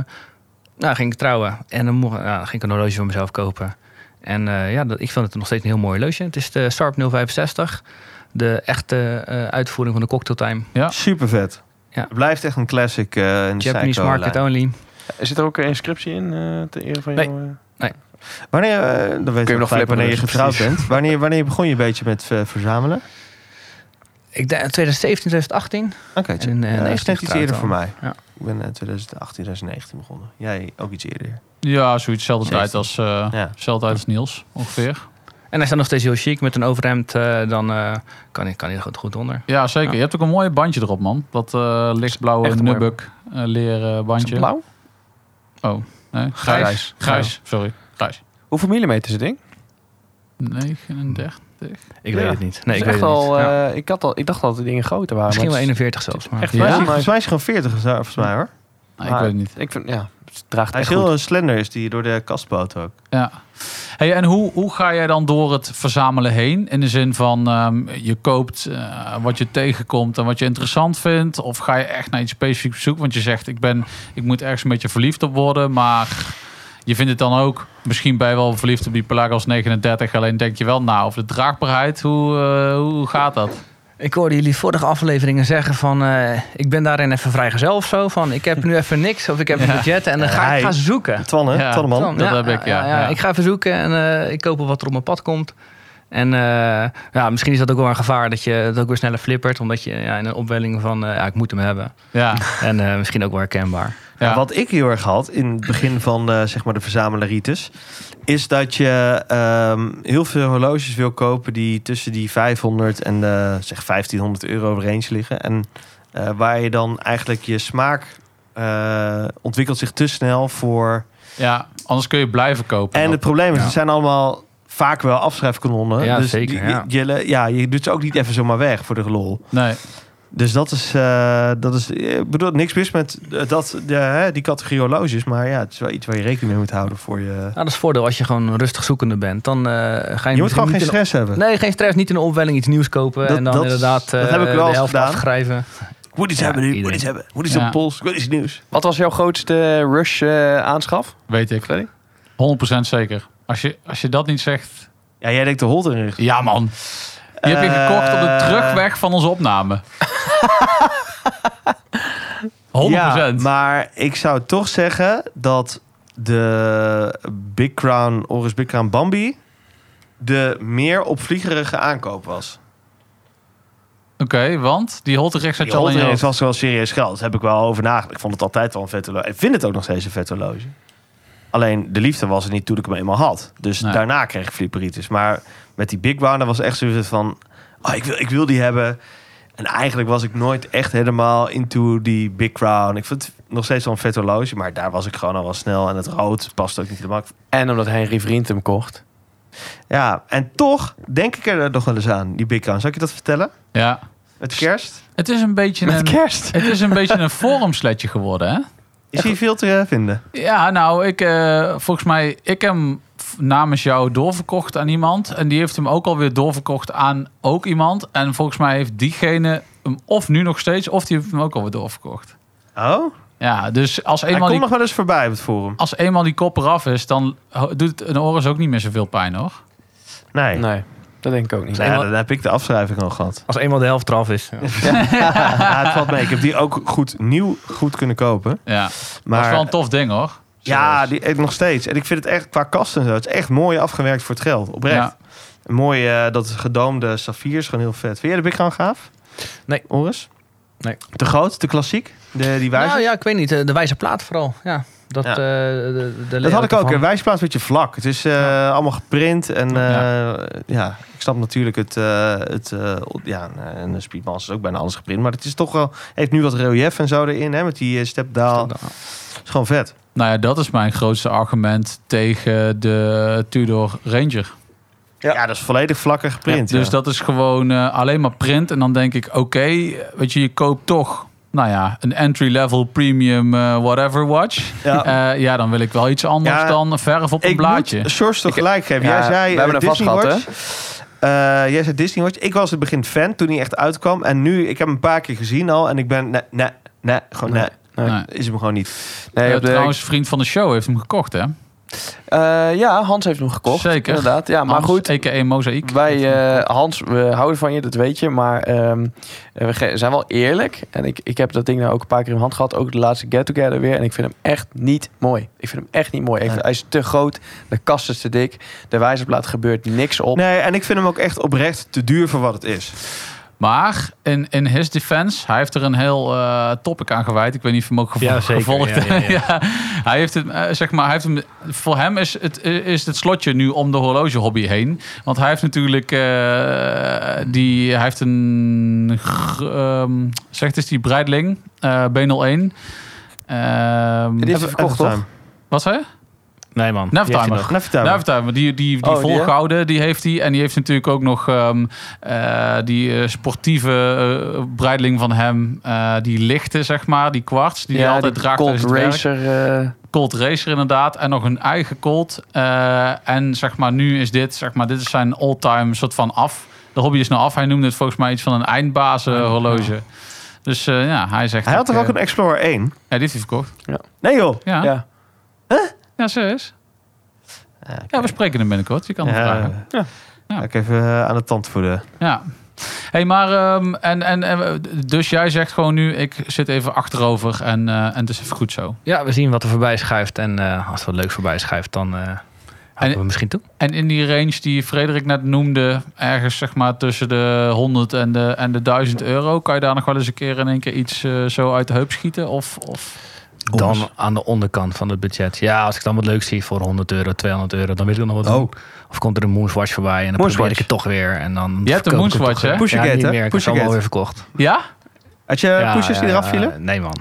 Speaker 3: nou, ging ik trouwen. En dan mocht, nou, ging ik een horloge voor mezelf kopen. En eh, ja, dat, ik vind het nog steeds een heel mooi horloge. Het is de Sarp 065. De echte eh, uitvoering van de cocktailtime.
Speaker 2: Ja.
Speaker 4: Super vet.
Speaker 3: Ja.
Speaker 4: Het blijft echt een classic eh in de
Speaker 3: Japanese
Speaker 4: Psycho-lijn.
Speaker 3: market only.
Speaker 5: Eh, Zit er ook een inscriptie in eh te ere van
Speaker 3: Nee.
Speaker 5: jou? eh?
Speaker 4: Wanneer, eh, dan weet je
Speaker 5: nog
Speaker 4: nog wanneer je
Speaker 5: flipperen, dus
Speaker 4: getrouwd bent. Wanneer, wanneer begon je een beetje met eh, verzamelen?
Speaker 3: Ik denk 2017, 2018.
Speaker 4: Oké, okay,
Speaker 3: En, eh,
Speaker 4: dat
Speaker 3: nee,
Speaker 4: is net iets
Speaker 3: getrouwd
Speaker 4: eerder
Speaker 3: al.
Speaker 4: voor mij.
Speaker 3: Ja.
Speaker 4: Ik ben eh, 2018, 2019 begonnen. Jij ook iets eerder.
Speaker 2: Ja, zoiets. Zelfde tijd
Speaker 4: Zeventien.
Speaker 2: als, eh
Speaker 4: Ja.
Speaker 2: zelfde tijd als Niels, ongeveer.
Speaker 3: En hij staat nog steeds heel chic met een overhemd. eh, dan eh, kan, hij, kan hij er goed, goed onder.
Speaker 2: Ja, zeker. Je hebt ook een mooi bandje erop, man. Dat eh, lichtblauwe
Speaker 5: Echt mooi.
Speaker 2: Nubbuk eh, leren
Speaker 5: Is
Speaker 2: bandje.
Speaker 5: het blauw?
Speaker 2: Nee, grijs. Grijs, sorry. Grijs.
Speaker 5: Hoeveel millimeter is het ding?
Speaker 2: 39.
Speaker 3: Ik
Speaker 4: Ja.
Speaker 3: weet het niet.
Speaker 5: Het is
Speaker 3: Nee, ik weet
Speaker 5: echt
Speaker 3: het niet.
Speaker 5: al,
Speaker 3: Ja.
Speaker 5: eh, ik, had al, ik dacht al dat die dingen groter waren.
Speaker 3: Misschien wel
Speaker 5: maar het is-
Speaker 3: 41 zelfs. Maar.
Speaker 4: Echt?
Speaker 2: Ja?
Speaker 4: Volgens mij is- Volgens mij is hij gewoon 40, volgens mij hoor.
Speaker 2: Nee, ik weet het niet.
Speaker 5: Ik vind, ja, het draagt
Speaker 4: Hij is
Speaker 5: echt
Speaker 4: heel
Speaker 5: goed.
Speaker 4: eh, slender, is die door de kast boot ook.
Speaker 2: Ja. Hey, en hoe, hoe ga jij dan door het verzamelen heen? In de zin van ehm, je koopt eh, wat je tegenkomt en wat je interessant vindt. Of ga je echt naar iets specifieks op zoek? Want je zegt, ik, ben, ik moet ergens een beetje verliefd op worden. Maar je vindt het dan ook, misschien ben je wel nou, verliefd op die Pelagos 39. Alleen denk je wel na over de draagbaarheid. Hoe, eh, hoe gaat dat?
Speaker 3: Ik hoorde jullie vorige afleveringen zeggen van... eh, ik ben daarin even vrijgezel of zo. Van, ik heb nu even niks of ik heb een budget. En dan ga
Speaker 4: Hij-
Speaker 3: ik gaan zoeken.
Speaker 4: Twanne,
Speaker 2: Ja,
Speaker 4: Twanneman.
Speaker 3: Dan,
Speaker 2: dat heb ik, ja, ja.
Speaker 3: Ik ga even zoeken en eh, ik koop wel wat er op mijn pad komt. En eh, ja, misschien is dat ook wel een gevaar dat je het ook weer sneller flippert. Omdat je ja, in een opwelling van, eh, ja, ik moet hem hebben.
Speaker 2: Ja,
Speaker 3: En eh, misschien ook wel herkenbaar.
Speaker 2: ja.
Speaker 4: Wat ik heel erg had in het begin van eh, zeg maar de verzamelaritis... is dat je ehm, heel veel horloges wil kopen die tussen die 500 en de, zeg 1500 euro range liggen. En eh, waar je dan eigenlijk je smaak eh, ontwikkelt zich te snel voor...
Speaker 2: ja, anders kun je blijven kopen.
Speaker 4: En het probleem is,
Speaker 3: Ja.
Speaker 4: het zijn allemaal vaak wel afschrijfkanonnen.
Speaker 3: Ja,
Speaker 4: dus
Speaker 3: zeker,
Speaker 4: die-
Speaker 3: ja.
Speaker 4: Je, ja, je doet ze ook niet even zomaar weg voor de lol.
Speaker 2: Nee,
Speaker 4: Dus dat is, eh, dat is ik bedoel, niks mis met eh, dat, de, hè, die categorie horloges. Maar ja, het is wel iets waar je rekening mee moet houden voor je...
Speaker 3: Nou, dat is het voordeel als je gewoon een rustig zoekende bent. Dan eh, ga je,
Speaker 4: Je moet gewoon
Speaker 3: niet
Speaker 4: geen
Speaker 3: in-
Speaker 4: stress hebben.
Speaker 3: Nee, geen stress. Niet in de opwelling iets nieuws kopen.
Speaker 4: Dat-
Speaker 3: en dan
Speaker 4: dat is-
Speaker 3: inderdaad eh,
Speaker 4: dat heb ik wel
Speaker 3: de
Speaker 4: eens
Speaker 3: helft
Speaker 4: gedaan.
Speaker 3: afschrijven.
Speaker 4: Ik moet iets
Speaker 3: Ja,
Speaker 4: hebben nu, ik moet
Speaker 3: iedereen.
Speaker 4: iets hebben. Ik moet iets
Speaker 2: Ja.
Speaker 4: op de pols, ik wil iets nieuws.
Speaker 5: Wat was jouw grootste rush eh, aanschaf?
Speaker 2: weet ik.
Speaker 5: Freddy?
Speaker 2: 100% zeker. Als je, als je dat niet zegt...
Speaker 4: Ja, jij denkt de holder in.
Speaker 2: Ja, man. Die heb je
Speaker 4: Eh,
Speaker 2: gekocht op de terugweg van onze opname. 100%.
Speaker 4: Ja, maar ik zou toch zeggen dat de Big Crown, Oris Big Crown Bambi... de meer opvliegerige aankoop was.
Speaker 2: Oké, want die holte rechts had
Speaker 4: Die
Speaker 2: je al in je
Speaker 4: holder in
Speaker 2: hoofd.
Speaker 4: was wel serieus geld. Daar heb ik wel over nagedacht. Ik vond het altijd wel een vet horloge. Ik vind het ook nog steeds een vet horloge. Alleen de liefde was er niet toen ik hem eenmaal had. Dus
Speaker 2: Nee.
Speaker 4: daarna kreeg ik flipperitis. Maar met die Big Brown, daar was echt zoiets van... Oh, ik, wil, ik wil die hebben. En eigenlijk was ik nooit echt helemaal into die Big Crown. Ik vond het nog steeds wel een vet horloge. Maar daar was ik gewoon al wel snel. En het rood past ook niet helemaal.
Speaker 5: En omdat Henry Vriend hem kocht.
Speaker 4: Ja, en toch denk ik er nog wel eens aan, die Big Crown. Zal ik je dat vertellen?
Speaker 2: Ja.
Speaker 4: Met kerst?
Speaker 2: Het is een beetje
Speaker 5: Met
Speaker 2: een...
Speaker 5: kerst.
Speaker 2: Het is een beetje een forumsletje geworden, hè?
Speaker 4: Is hier veel te eh, vinden?
Speaker 2: Ja, nou, ik, eh, volgens mij, ik heb hem f- namens jou doorverkocht aan iemand. En die heeft hem ook alweer doorverkocht aan ook iemand. En volgens mij heeft diegene hem of nu nog steeds, of die heeft hem ook alweer doorverkocht.
Speaker 4: Oh?
Speaker 2: Ja, dus als
Speaker 4: Hij
Speaker 2: eenmaal,
Speaker 4: komt
Speaker 2: die,
Speaker 4: nog wel eens voorbij op het forum.
Speaker 2: als eenmaal die kop eraf is, dan ho- doet een oren ook niet meer zoveel pijn, hoor.
Speaker 4: Nee.
Speaker 5: Nee, dat denk ik ook niet.
Speaker 4: Nou ja, dan heb ik de afschrijving al gehad.
Speaker 3: Als eenmaal de helft eraf is. Ja.
Speaker 4: Ja, het valt mee. Ik heb die ook goed nieuw goed kunnen kopen.
Speaker 2: Ja, maar, dat
Speaker 4: Maar
Speaker 2: is wel een tof ding, hoor.
Speaker 4: ja,
Speaker 2: Zoals-
Speaker 4: die, eh, nog steeds. En ik vind het echt qua kast en zo. Het is echt mooi afgewerkt voor het geld. Oprecht.
Speaker 2: Ja.
Speaker 4: Mooi eh, dat gedoomde saffier is gewoon heel vet. Vind jij de Big Crown gaaf?
Speaker 3: Nee.
Speaker 4: Oris?
Speaker 3: Nee.
Speaker 4: Te groot? Te klassiek? De, die wijze?
Speaker 3: Nou ja, ik weet niet. eh, De wijze plaat vooral. Ja, dat,
Speaker 4: Ja.
Speaker 3: eh, de, de
Speaker 4: dat had ik ook. Een
Speaker 3: ervan.
Speaker 4: wijsplaats met je vlak. Het is eh, allemaal geprint. En eh, ja. ik snap natuurlijk het... eh, het eh, ja, en de Speedmaster is ook bijna alles geprint. Maar het is toch wel... Heeft nu wat relief en zo erin. Hè, met die eh, stepdaal. Het is gewoon vet.
Speaker 2: Nou ja, dat is mijn grootste argument tegen de Tudor Ranger.
Speaker 4: Ja, dat is volledig vlakker geprint.
Speaker 2: Dus dat is gewoon eh, alleen maar print. En dan denk ik, oké, weet je, je koopt toch, nou ja, een entry-level premium eh, whatever watch.
Speaker 4: Ja.
Speaker 2: Ja. ja, dan wil ik wel iets anders
Speaker 4: Ja,
Speaker 2: dan verf op Eh, een
Speaker 4: ik
Speaker 2: blaadje.
Speaker 4: moet Sjors toch
Speaker 5: Ik-
Speaker 4: gelijk geven.
Speaker 5: Ja,
Speaker 4: jij zei
Speaker 5: we hebben
Speaker 4: eh,
Speaker 5: er vast
Speaker 4: Disney
Speaker 5: gehad,
Speaker 4: Watch. Eh, jij zei Disney Watch. Ik was in het begin fan toen hij echt uitkwam. En nu, ik heb hem een paar keer gezien al. En ik ben, nee, nee, nee, gewoon nee.
Speaker 5: Nee.
Speaker 2: Nee.
Speaker 4: Is hem gewoon niet.
Speaker 5: Nee,
Speaker 2: Eh,
Speaker 5: op de-
Speaker 2: trouwens, vriend van de show heeft hem gekocht, hè?
Speaker 5: Eh, ja, Hans heeft hem gekocht.
Speaker 2: Zeker.
Speaker 5: Inderdaad. Ja, maar
Speaker 2: Hans,
Speaker 5: goed.
Speaker 2: a.k.a. Mozaïek.
Speaker 5: Wij, eh, Hans, we houden van je, dat weet je. Maar ehm, we ge- zijn wel eerlijk. En ik, ik heb dat ding nou ook een paar keer in mijn hand gehad. Ook de laatste Get Together weer. En ik vind hem echt niet mooi. Ik vind hem echt niet mooi. Ik
Speaker 4: Nee.
Speaker 5: vind- hij is te groot. De kast is te dik. De wijzerplaat gebeurt niks op.
Speaker 4: Nee, en ik vind hem ook echt oprecht te duur voor wat het is.
Speaker 2: Maar in, in his defense, hij heeft er een heel eh, topic aan gewijd. Ik weet niet of je hem ook gevo-
Speaker 3: Ja, zeker.
Speaker 2: gevolgd
Speaker 3: Ja, ja, ja.
Speaker 2: Ja, hij heeft het, eh, zeg maar, hij heeft hem, voor hem is het, eh, is het slotje nu om de horlogehobby heen. Want hij heeft natuurlijk, eh, die, hij heeft een, gr- ehm, zegt is die Breitling, eh B01. Ehm,
Speaker 5: Die heeft hij verkocht, toch?
Speaker 2: wat zei je?
Speaker 3: Nee man.
Speaker 2: Nevertimer.
Speaker 3: die heeft hij nog.
Speaker 4: Nevertimer.
Speaker 2: Duiventuin, die, die, die
Speaker 5: Oh, die,
Speaker 2: volgehouden, die heeft hij. En die heeft natuurlijk ook nog ehm, eh, die eh, sportieve eh, breideling van hem. eh, die lichte, zeg maar, die kwarts, die hij altijd draagt
Speaker 5: Colt
Speaker 2: tijdens het werk.
Speaker 5: Racer. eh,
Speaker 2: Colt Racer inderdaad. En nog een eigen Colt. Eh, en zeg maar, nu is dit, zeg maar, dit is zijn all-time soort van af. De hobby is nou af. Hij noemde het volgens mij iets van een eindbazen horloge. Dus eh, ja, hij zegt...
Speaker 4: Hij had toch ook
Speaker 2: eh,
Speaker 4: een Explorer 1?
Speaker 2: Ja, die heeft hij verkocht.
Speaker 4: Nee joh.
Speaker 2: Ja, ja.
Speaker 5: ja.
Speaker 2: serieus. Ja, we spreken hem binnenkort. Je kan hem
Speaker 4: Ja,
Speaker 2: vragen.
Speaker 4: Ga ik even eh, aan de tand voeden.
Speaker 2: Ja, hey, maar ehm, en, en, en, dus jij zegt gewoon nu, ik zit even achterover en, eh, en het is even goed zo.
Speaker 3: Ja, we zien wat er voorbij schuift. En eh, als er wat leuks voorbij schuift, dan eh
Speaker 2: En-
Speaker 3: houden we misschien toe.
Speaker 2: En in die range die Frederik net noemde, ergens zeg maar tussen de 100 en de, en de 1000 euro, kan je daar nog wel eens een keer in één keer iets eh, zo uit de heup schieten? Of, of...
Speaker 3: Dan aan de onderkant van het budget. Ja, als ik dan wat leuks zie voor 100 euro, 200 euro, dan wil ik er nog wat
Speaker 4: Oh.
Speaker 3: doen. Of komt er een Moonswatch voorbij en dan probeer ik het toch weer. En dan
Speaker 2: Je hebt een
Speaker 3: verkoop ik het
Speaker 2: Moonswatch,
Speaker 3: toch weer.
Speaker 2: hè?
Speaker 4: Pushergate,
Speaker 3: ja, niet
Speaker 4: hè?
Speaker 3: meer. Ik heb het
Speaker 4: Pushergate.
Speaker 3: allemaal weer verkocht.
Speaker 2: Ja?
Speaker 4: Had je
Speaker 3: Ja,
Speaker 4: pushers die
Speaker 3: ja,
Speaker 4: eraf vielen?
Speaker 3: eh, Nee man.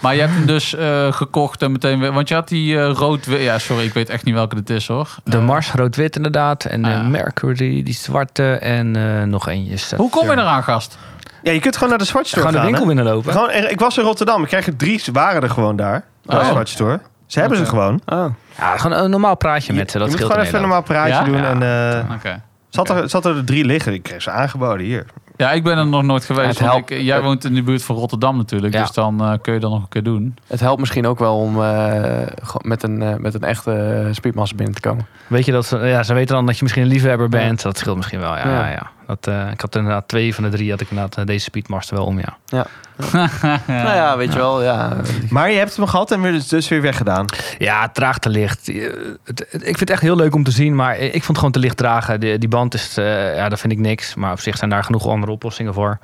Speaker 2: Maar je hebt hem dus eh, gekocht en meteen weer. Want je had die eh, rood. Ja, sorry, ik weet echt niet welke dit is hoor. Eh,
Speaker 3: De Mars, rood-wit inderdaad. En
Speaker 2: Ah, ja.
Speaker 3: de Mercury, die zwarte. En eh, nog eentje. Saturn.
Speaker 2: Hoe kom je eraan, gast?
Speaker 4: Ja, je kunt gewoon naar de Swatch Store
Speaker 3: Gewoon de
Speaker 4: gaan,
Speaker 3: winkel
Speaker 4: hè?
Speaker 3: binnenlopen.
Speaker 4: Gewoon, er- ik was in Rotterdam. Ik krijg er drie. Ze waren er gewoon daar. Bij
Speaker 2: Oh.
Speaker 4: de Swatch Store. Ze hebben ze gewoon.
Speaker 5: Oh.
Speaker 3: Ja, gewoon een normaal praatje met ze. Dat
Speaker 4: je moet
Speaker 3: scheelt
Speaker 4: gewoon
Speaker 3: een
Speaker 4: even een
Speaker 3: hele
Speaker 4: normaal praatje
Speaker 2: Ja?
Speaker 4: doen.
Speaker 3: Ja.
Speaker 4: En, eh,
Speaker 2: Oké.
Speaker 4: zat, er, zat er drie liggen. Ik kreeg ze aangeboden hier.
Speaker 2: Ja, ik ben er nog nooit
Speaker 5: Het
Speaker 2: geweest.
Speaker 5: helpt.
Speaker 2: want ik- jij woont in de buurt van Rotterdam natuurlijk.
Speaker 3: Ja.
Speaker 2: Dus dan eh, kun je dat nog een keer doen.
Speaker 5: Het helpt misschien ook wel om eh, gewoon met, een, eh, met een echte eh, speedmaster binnen te komen.
Speaker 3: hoop. Weet je dat ze, ja, ze weten dan dat je misschien een liefhebber bent. Dat scheelt misschien wel. Ja,
Speaker 5: Ja.
Speaker 3: ja. ja. Dat, eh, ik had er inderdaad twee van de drie. Had ik inderdaad eh, deze Speedmaster wel om. Ja.
Speaker 5: Nou ja, weet je wel.
Speaker 2: Oh.
Speaker 5: Ja.
Speaker 4: Maar je hebt hem gehad en weer, dus- dus weer weggedaan.
Speaker 3: Ja, traag te licht. Eh, het- het- Ik vind het echt heel leuk om te zien, maar ik vond het gewoon te licht dragen. Die, die band is, eh, ja, dat vind ik niks. Maar op zich zijn daar genoeg andere oplossingen voor.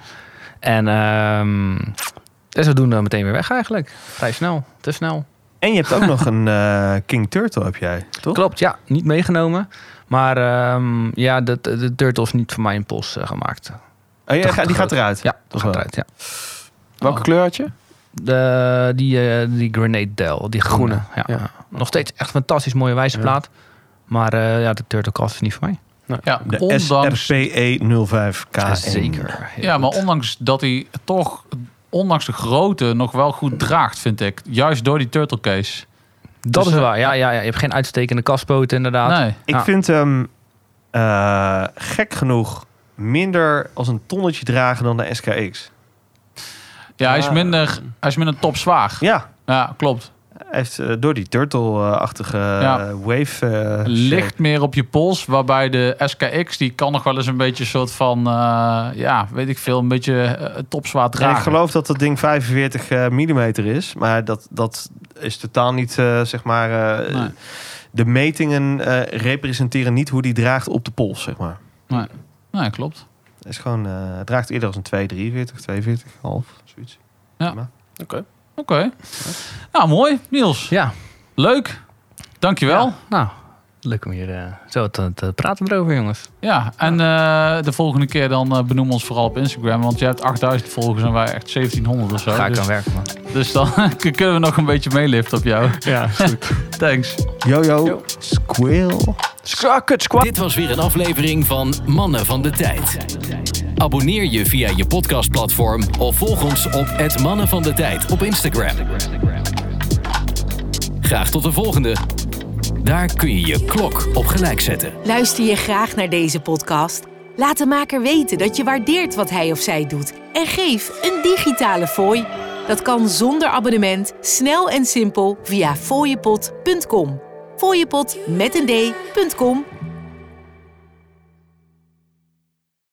Speaker 3: En ehm dus we doen dan meteen weer weg eigenlijk. Vrij snel, te snel.
Speaker 4: En je hebt ook nog een eh, King Turtle, heb jij, toch?
Speaker 3: Klopt, ja, niet meegenomen. Maar ehm, ja, de, de, de Turtles niet voor mijn impuls eh, gemaakt.
Speaker 4: Oh, ja,
Speaker 3: Toch
Speaker 4: ga- die
Speaker 3: groot.
Speaker 4: gaat eruit.
Speaker 3: Ja, dat
Speaker 4: wel.
Speaker 3: gaat eruit, ja.
Speaker 5: Welke kleur had je?
Speaker 3: De, die, eh, die Grenade Dell, die groene. Ja.
Speaker 5: ja.
Speaker 3: Nog steeds echt fantastisch mooie wijze
Speaker 5: Ja.
Speaker 3: plaat. Maar eh, ja, de Turtle Cast is niet voor mij.
Speaker 2: Ja,
Speaker 4: De
Speaker 2: ondanks,
Speaker 4: SRPE 05K.
Speaker 3: Zeker. Heel
Speaker 2: ja maar
Speaker 3: goed.
Speaker 2: ondanks dat hij toch, ondanks de grootte, nog wel goed draagt, vind ik. Juist door die turtle case.
Speaker 3: Dat
Speaker 2: Dus,
Speaker 3: is waar. Ja, ja, ja, je hebt geen uitstekende kaspoten inderdaad.
Speaker 2: Nee.
Speaker 4: Ik
Speaker 3: Ja.
Speaker 4: vind hem eh, gek genoeg minder als een tonnetje dragen dan de SKX.
Speaker 2: Ja, hij is
Speaker 5: Ja.
Speaker 2: minder, hij is minder topzwaar.
Speaker 4: Ja,
Speaker 2: Ja, klopt.
Speaker 4: hij heeft eh, door die turtle-achtige eh,
Speaker 2: Ja.
Speaker 4: wave... eh, shape.
Speaker 2: Ligt meer op je pols, waarbij de SKX, die kan nog wel eens een beetje een soort van, eh, ja, weet ik veel, een beetje eh, topzwaar
Speaker 4: En ik
Speaker 2: dragen.
Speaker 4: geloof dat dat ding 45 mm is, maar dat, dat is totaal niet, eh, zeg maar... eh,
Speaker 2: Nee.
Speaker 4: De metingen eh, representeren niet hoe die draagt op de pols, zeg maar.
Speaker 2: Nee, klopt.
Speaker 4: Het is gewoon, eh, het draagt eerder als een 243, 42, half, zoiets.
Speaker 2: Oké. Nou, mooi, Niels.
Speaker 3: Ja,
Speaker 2: Leuk. Dankjewel. Ja,
Speaker 3: nou, leuk om hier eh, zo te, te praten erover, jongens.
Speaker 2: en eh, de volgende keer dan eh, benoem ons vooral op Instagram, want jij hebt 8000 volgers en wij echt 1700 of zo.
Speaker 3: Ga ik
Speaker 2: dus,
Speaker 3: aan werken, man.
Speaker 2: dus dan kunnen we nog een beetje meeliften op jou.
Speaker 3: Ja,
Speaker 2: Thanks.
Speaker 4: Yo, yo, squeal.
Speaker 5: Squad, squad.
Speaker 6: Dit was weer een aflevering van Mannen van de Tijd. Abonneer je via je podcastplatform of volg ons op het Mannen van de Tijd op Instagram. Graag tot de volgende. Daar kun je je klok op gelijk zetten.
Speaker 1: Luister je graag naar deze podcast? Laat de maker weten dat je waardeert wat hij of zij doet en geef een digitale fooi. Dat kan zonder abonnement, snel en simpel via fooiepot.com. Fooiepot met een d.com